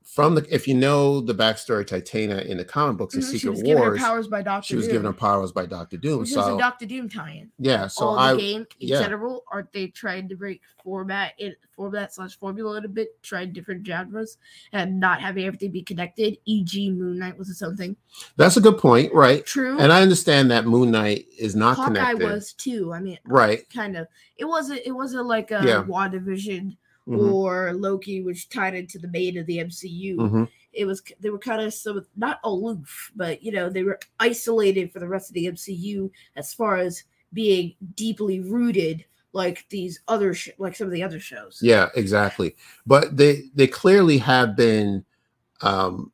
[SPEAKER 1] From the if you know the backstory of Titania in the comic books and
[SPEAKER 2] Mhm, she
[SPEAKER 1] Secret
[SPEAKER 2] was given her
[SPEAKER 1] Wars,
[SPEAKER 2] powers by Doctor.
[SPEAKER 1] she was
[SPEAKER 2] Doom.
[SPEAKER 1] given her powers by Doctor Doom.
[SPEAKER 2] Which is a
[SPEAKER 1] So
[SPEAKER 2] Doctor Doom tie-in.
[SPEAKER 1] yeah, so
[SPEAKER 2] All
[SPEAKER 1] I
[SPEAKER 2] the game in
[SPEAKER 1] yeah.
[SPEAKER 2] general, aren't they trying to break format in format slash formula a little bit, trying different genres and not having everything be connected? E.g., Moon Knight was its own thing.
[SPEAKER 1] that's a good point, right?
[SPEAKER 2] True.
[SPEAKER 1] And I understand that Moon Knight is not
[SPEAKER 2] Hawkeye
[SPEAKER 1] connected.
[SPEAKER 2] was too. I mean,
[SPEAKER 1] Right.
[SPEAKER 2] kind of. It wasn't. It wasn't like a
[SPEAKER 1] Yeah.
[SPEAKER 2] WandaVision
[SPEAKER 1] Mhm,
[SPEAKER 2] or Loki, which tied into the main of the MCU.
[SPEAKER 1] mhm.
[SPEAKER 2] It was they were kind of so not aloof, but you know they were isolated for the rest of the MCU as far as being deeply rooted like these other sh- like some of the other shows.
[SPEAKER 1] Yeah, exactly. But they they clearly have been um,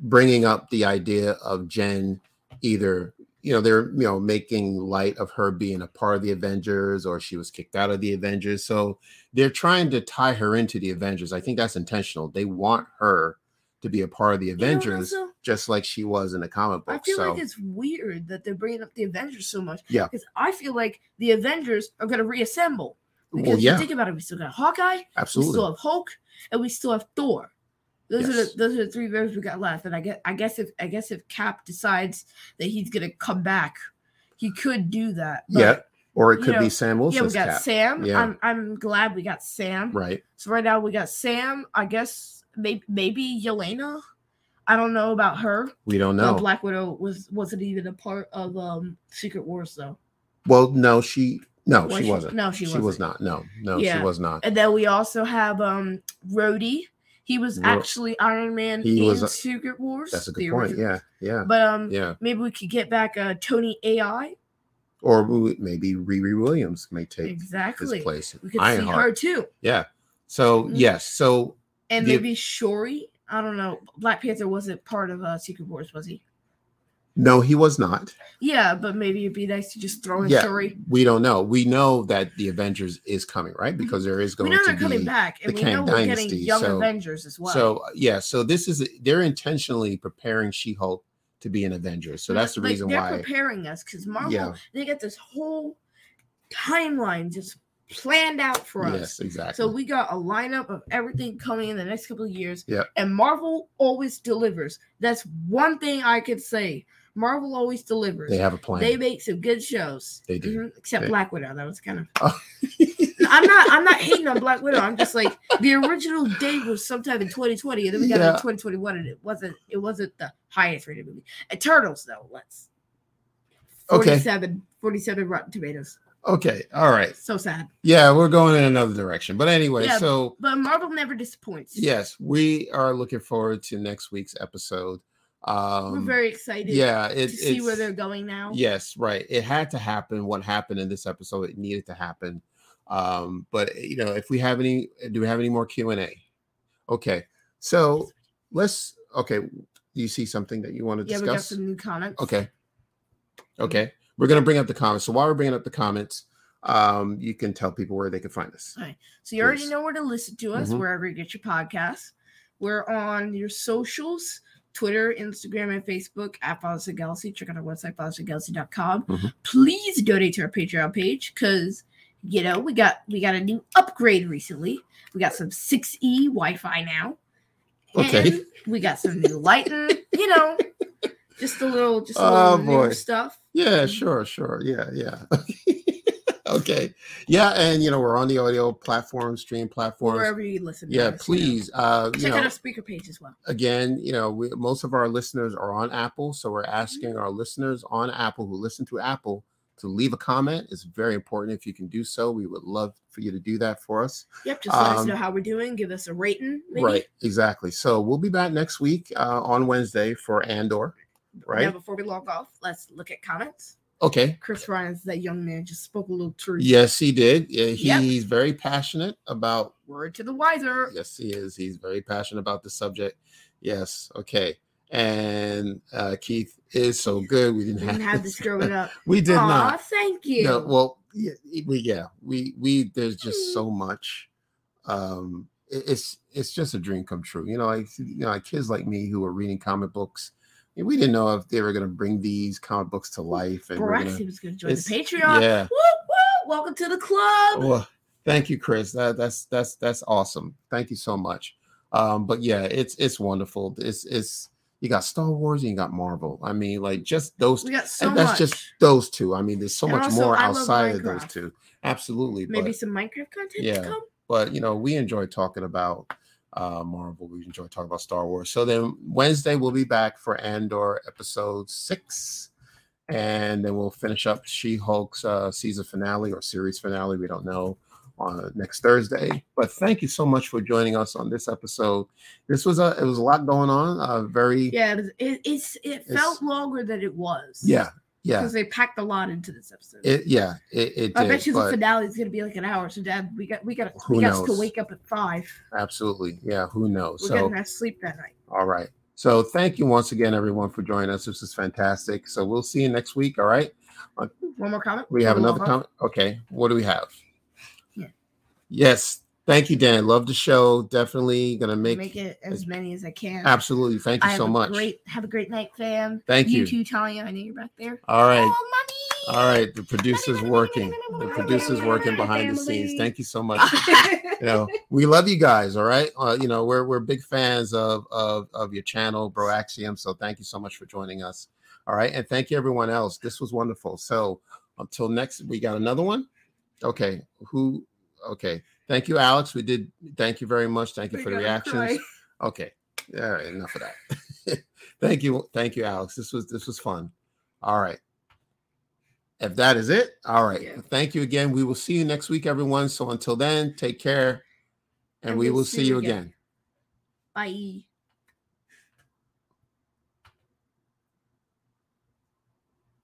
[SPEAKER 1] bringing up the idea of Jen either you know they're you know making light of her being a part of the Avengers or she was kicked out of the Avengers. So they're trying to tie her into the Avengers. I think that's intentional. They want her to be a part of the
[SPEAKER 2] You know what
[SPEAKER 1] Avengers
[SPEAKER 2] also?
[SPEAKER 1] just like she was in the comic
[SPEAKER 2] I
[SPEAKER 1] book.
[SPEAKER 2] feel
[SPEAKER 1] so
[SPEAKER 2] like it's weird that they're bringing up the Avengers so much.
[SPEAKER 1] Yeah.
[SPEAKER 2] because I feel like the Avengers are going to reassemble. Because
[SPEAKER 1] well,
[SPEAKER 2] you
[SPEAKER 1] yeah,
[SPEAKER 2] think about it, we still got Hawkeye, We still
[SPEAKER 1] absolutely.
[SPEAKER 2] have Hulk, and we still have Thor. Those are
[SPEAKER 1] Yes.
[SPEAKER 2] the those are the three villains we got left. And I guess I guess if I guess if Cap decides that he's gonna come back, he could do that. But,
[SPEAKER 1] Yeah, or it
[SPEAKER 2] you
[SPEAKER 1] could be
[SPEAKER 2] know,
[SPEAKER 1] Sam
[SPEAKER 2] yeah, we
[SPEAKER 1] Wilson's
[SPEAKER 2] got
[SPEAKER 1] cap.
[SPEAKER 2] Sam.
[SPEAKER 1] Yeah.
[SPEAKER 2] I'm I'm glad we got Sam.
[SPEAKER 1] Right.
[SPEAKER 2] So right now we got Sam. I guess maybe maybe Yelena. I don't know about her.
[SPEAKER 1] We don't
[SPEAKER 2] No.
[SPEAKER 1] know.
[SPEAKER 2] Black Widow was wasn't even a part of um Secret Wars though.
[SPEAKER 1] Well, no, she no,
[SPEAKER 2] Was
[SPEAKER 1] she wasn't.
[SPEAKER 2] No, she,
[SPEAKER 1] she
[SPEAKER 2] wasn't.
[SPEAKER 1] was not. No, no,
[SPEAKER 2] Yeah.
[SPEAKER 1] she was not.
[SPEAKER 2] And then we also have um Rhodey. He was
[SPEAKER 1] Ro-
[SPEAKER 2] actually Iron Man
[SPEAKER 1] He
[SPEAKER 2] in
[SPEAKER 1] was a-
[SPEAKER 2] Secret Wars.
[SPEAKER 1] That's a
[SPEAKER 2] the
[SPEAKER 1] good point.
[SPEAKER 2] original.
[SPEAKER 1] Yeah, yeah,
[SPEAKER 2] But um
[SPEAKER 1] yeah.
[SPEAKER 2] maybe we could get back uh Tony AI.
[SPEAKER 1] Or we- maybe Riri Williams may take
[SPEAKER 2] Exactly.
[SPEAKER 1] his place.
[SPEAKER 2] We could see
[SPEAKER 1] Ironheart.
[SPEAKER 2] her too.
[SPEAKER 1] Yeah. So
[SPEAKER 2] Mhm.
[SPEAKER 1] yes. So
[SPEAKER 2] And
[SPEAKER 1] The-
[SPEAKER 2] maybe Shuri. I don't know. Black Panther wasn't part of uh Secret Wars, was he?
[SPEAKER 1] no, he was not.
[SPEAKER 2] Yeah, but maybe it'd be nice to just throw in
[SPEAKER 1] Yeah,
[SPEAKER 2] Shuri.
[SPEAKER 1] We don't know. We know that the Avengers is coming, right? Because there is
[SPEAKER 2] Mm-hmm. We
[SPEAKER 1] going
[SPEAKER 2] know
[SPEAKER 1] to
[SPEAKER 2] they're
[SPEAKER 1] be.
[SPEAKER 2] coming back, and
[SPEAKER 1] the
[SPEAKER 2] we
[SPEAKER 1] Kang
[SPEAKER 2] know we're
[SPEAKER 1] Dynasty,
[SPEAKER 2] getting young
[SPEAKER 1] so-
[SPEAKER 2] Avengers as well.
[SPEAKER 1] So yeah. So this is they're intentionally preparing She-Hulk to be an Avenger. So that's the
[SPEAKER 2] Mm-hmm. Like,
[SPEAKER 1] reason
[SPEAKER 2] they're
[SPEAKER 1] why.
[SPEAKER 2] preparing us because Marvel
[SPEAKER 1] Yeah.
[SPEAKER 2] they got this whole timeline just planned out for us.
[SPEAKER 1] Yes, exactly.
[SPEAKER 2] So we got a lineup of everything coming in the next couple of years.
[SPEAKER 1] Yep.
[SPEAKER 2] And Marvel always delivers. That's one thing I could say. Marvel always delivers.
[SPEAKER 1] they have a plan.
[SPEAKER 2] They make some good shows.
[SPEAKER 1] They do.
[SPEAKER 2] Mhm, Except
[SPEAKER 1] They-
[SPEAKER 2] Black Widow. That was kind of
[SPEAKER 1] Oh.
[SPEAKER 2] I'm not I'm not hating on Black Widow. I'm just like the original date was sometime in 2020, and then we got it
[SPEAKER 1] Yeah.
[SPEAKER 2] in 2021, and it wasn't it wasn't the highest rated movie. And Turtles, though, let's
[SPEAKER 1] Okay.
[SPEAKER 2] 47, 47 Rotten Tomatoes.
[SPEAKER 1] okay. All right.
[SPEAKER 2] So sad.
[SPEAKER 1] Yeah, we're going in another direction. But anyway,
[SPEAKER 2] Yeah,
[SPEAKER 1] so
[SPEAKER 2] But Marvel never disappoints.
[SPEAKER 1] yes we are looking forward to next week's episode um
[SPEAKER 2] We're very excited
[SPEAKER 1] yeah
[SPEAKER 2] to
[SPEAKER 1] it,
[SPEAKER 2] see where
[SPEAKER 1] it's-
[SPEAKER 2] they're going now.
[SPEAKER 1] yes right it had to happen what happened in this episode it needed to happen um but you know if we have any do we have any more q&a okay so let's okay Do you see something that you want to
[SPEAKER 2] Yeah, we got
[SPEAKER 1] discuss?
[SPEAKER 2] some new comments.
[SPEAKER 1] Okay. Okay. We're going to bring up the comments. So while we're bringing up the comments, um, you can tell people where they can find us.
[SPEAKER 2] So you already
[SPEAKER 1] Please.
[SPEAKER 2] know where to listen to us
[SPEAKER 1] Mhm.
[SPEAKER 2] wherever you get your podcasts. We're on your socials, Twitter, Instagram, and Facebook at Fathers of Galaxy. Check out our website, fathersofgalaxy.com.
[SPEAKER 1] Mhm.
[SPEAKER 2] Please donate to our Patreon page because you know we got we got a new upgrade recently. We got some 6E Wi-Fi now.
[SPEAKER 1] Okay.
[SPEAKER 2] And we got some new lighting, you know. Just a little just a
[SPEAKER 1] Oh,
[SPEAKER 2] little new
[SPEAKER 1] boy.
[SPEAKER 2] stuff.
[SPEAKER 1] Yeah,
[SPEAKER 2] Mhm.
[SPEAKER 1] sure, sure. Yeah, yeah. okay. Yeah, and you know, we're on the audio platform, stream platforms.
[SPEAKER 2] Wherever you listen to
[SPEAKER 1] Yeah,
[SPEAKER 2] us, you know.
[SPEAKER 1] please. Uh, you
[SPEAKER 2] Check out
[SPEAKER 1] know,
[SPEAKER 2] our speaker page as well.
[SPEAKER 1] again, you know, we, most of our listeners are on Apple, so
[SPEAKER 2] Mm-hmm.
[SPEAKER 1] we're asking our listeners on Apple who listen to Apple to leave a comment. It's very important if you can do so. We would love for you to do that for us.
[SPEAKER 2] Yep, just let us
[SPEAKER 1] Um,
[SPEAKER 2] know how we're doing. Give us a rating, maybe.
[SPEAKER 1] Right, exactly. So we'll be back next week uh, on Wednesday for Andor. Right.
[SPEAKER 2] Now, before we log off, let's look at comments.
[SPEAKER 1] Okay.
[SPEAKER 2] Chris Ryan's that young man just spoke a little truth.
[SPEAKER 1] Yes, he did. Yeah, he,
[SPEAKER 2] Yep.
[SPEAKER 1] He's very passionate about.
[SPEAKER 2] Word to the wiser.
[SPEAKER 1] Yes, he is. He's very passionate about the subject. Yes. Okay. And uh, Keith is so good. We didn't,
[SPEAKER 2] We didn't have this growing up.
[SPEAKER 1] We did
[SPEAKER 2] Aw,
[SPEAKER 1] not.
[SPEAKER 2] thank you.
[SPEAKER 1] No, well, yeah, it- we yeah, we we there's just
[SPEAKER 2] Mm.
[SPEAKER 1] so much. Um, it- it's it's just a dream come true. You know, like you know, like kids like me who were reading comic books, and we didn't know if they were gonna bring these comic books to life. And we're
[SPEAKER 2] Braxy
[SPEAKER 1] gonna,
[SPEAKER 2] was going to join the
[SPEAKER 1] it's-
[SPEAKER 2] Patreon.
[SPEAKER 1] yeah. Oh,
[SPEAKER 2] Woo, woo. Welcome to the club.
[SPEAKER 1] Well, thank you, Chris. That that's that's that's awesome. Thank you so much. Um, but yeah, it's it's wonderful. It's it's you got Star Wars and you got Marvel. I mean, like just those
[SPEAKER 2] we got so
[SPEAKER 1] and that's
[SPEAKER 2] much.
[SPEAKER 1] just those two. I mean, there's so
[SPEAKER 2] And
[SPEAKER 1] much
[SPEAKER 2] also,
[SPEAKER 1] more
[SPEAKER 2] I love
[SPEAKER 1] outside of those
[SPEAKER 2] Minecraft.
[SPEAKER 1] two. Absolutely.
[SPEAKER 2] maybe
[SPEAKER 1] but-
[SPEAKER 2] some Minecraft content
[SPEAKER 1] Yeah.
[SPEAKER 2] to come.
[SPEAKER 1] but you know we enjoy talking about uh marvel we enjoy talking about star wars so then wednesday we'll be back for andor episode six and then we'll finish up she-hulk's uh season finale or series finale we don't know on next thursday but thank you so much for joining us on this episode this was a it was a lot going on uh very yeah
[SPEAKER 2] Yeah, it, was- it, it's, it
[SPEAKER 1] It's-
[SPEAKER 2] felt longer than it was.
[SPEAKER 1] yeah yeah
[SPEAKER 2] Because they packed a lot into this episode.
[SPEAKER 1] it, yeah, it, it
[SPEAKER 2] I
[SPEAKER 1] did,
[SPEAKER 2] bet you the
[SPEAKER 1] but-
[SPEAKER 2] finale is going to be like an hour. So, Dad, we got we got
[SPEAKER 1] Who
[SPEAKER 2] we got to
[SPEAKER 1] knows?
[SPEAKER 2] wake up at five.
[SPEAKER 1] absolutely yeah who knows
[SPEAKER 2] We're
[SPEAKER 1] so
[SPEAKER 2] gonna have sleep that night.
[SPEAKER 1] All right. So thank you once again, everyone, for joining us. This is fantastic. So we'll see you next week. All right.
[SPEAKER 2] One more comment.
[SPEAKER 1] We have
[SPEAKER 2] One more
[SPEAKER 1] another
[SPEAKER 2] vote?
[SPEAKER 1] comment. Okay. What do we have?
[SPEAKER 2] Yeah.
[SPEAKER 1] Yes. Thank you, Dan. Love the show. Definitely gonna
[SPEAKER 2] Make,
[SPEAKER 1] make,
[SPEAKER 2] it as many as I can.
[SPEAKER 1] absolutely. Thank you
[SPEAKER 2] I have
[SPEAKER 1] so
[SPEAKER 2] a
[SPEAKER 1] much.
[SPEAKER 2] Great, have a great night, fam.
[SPEAKER 1] Thank you.
[SPEAKER 2] too, Talia. I know you're back there.
[SPEAKER 1] All right.
[SPEAKER 2] Oh, mommy.
[SPEAKER 1] All right. The producer's working. The producer's working behind the scenes. Thank you so much. you know, we love you guys. All right. Uh, you know, we're we're big fans of of of your channel, Bro Axiom. So thank you so much for joining us. All right, and thank you everyone else. This was wonderful. So until next, we got another one. Okay, who? Okay, thank you, Alex. We did. Thank you very much. Thank you for the reactions. Okay, all right, enough of that. thank you, thank you, Alex. This was this was fun. All right. If that is it, all right.
[SPEAKER 2] Yeah.
[SPEAKER 1] Thank you again. We will see you next week, everyone. So until then, take care, and, we will see you again.
[SPEAKER 2] Bye.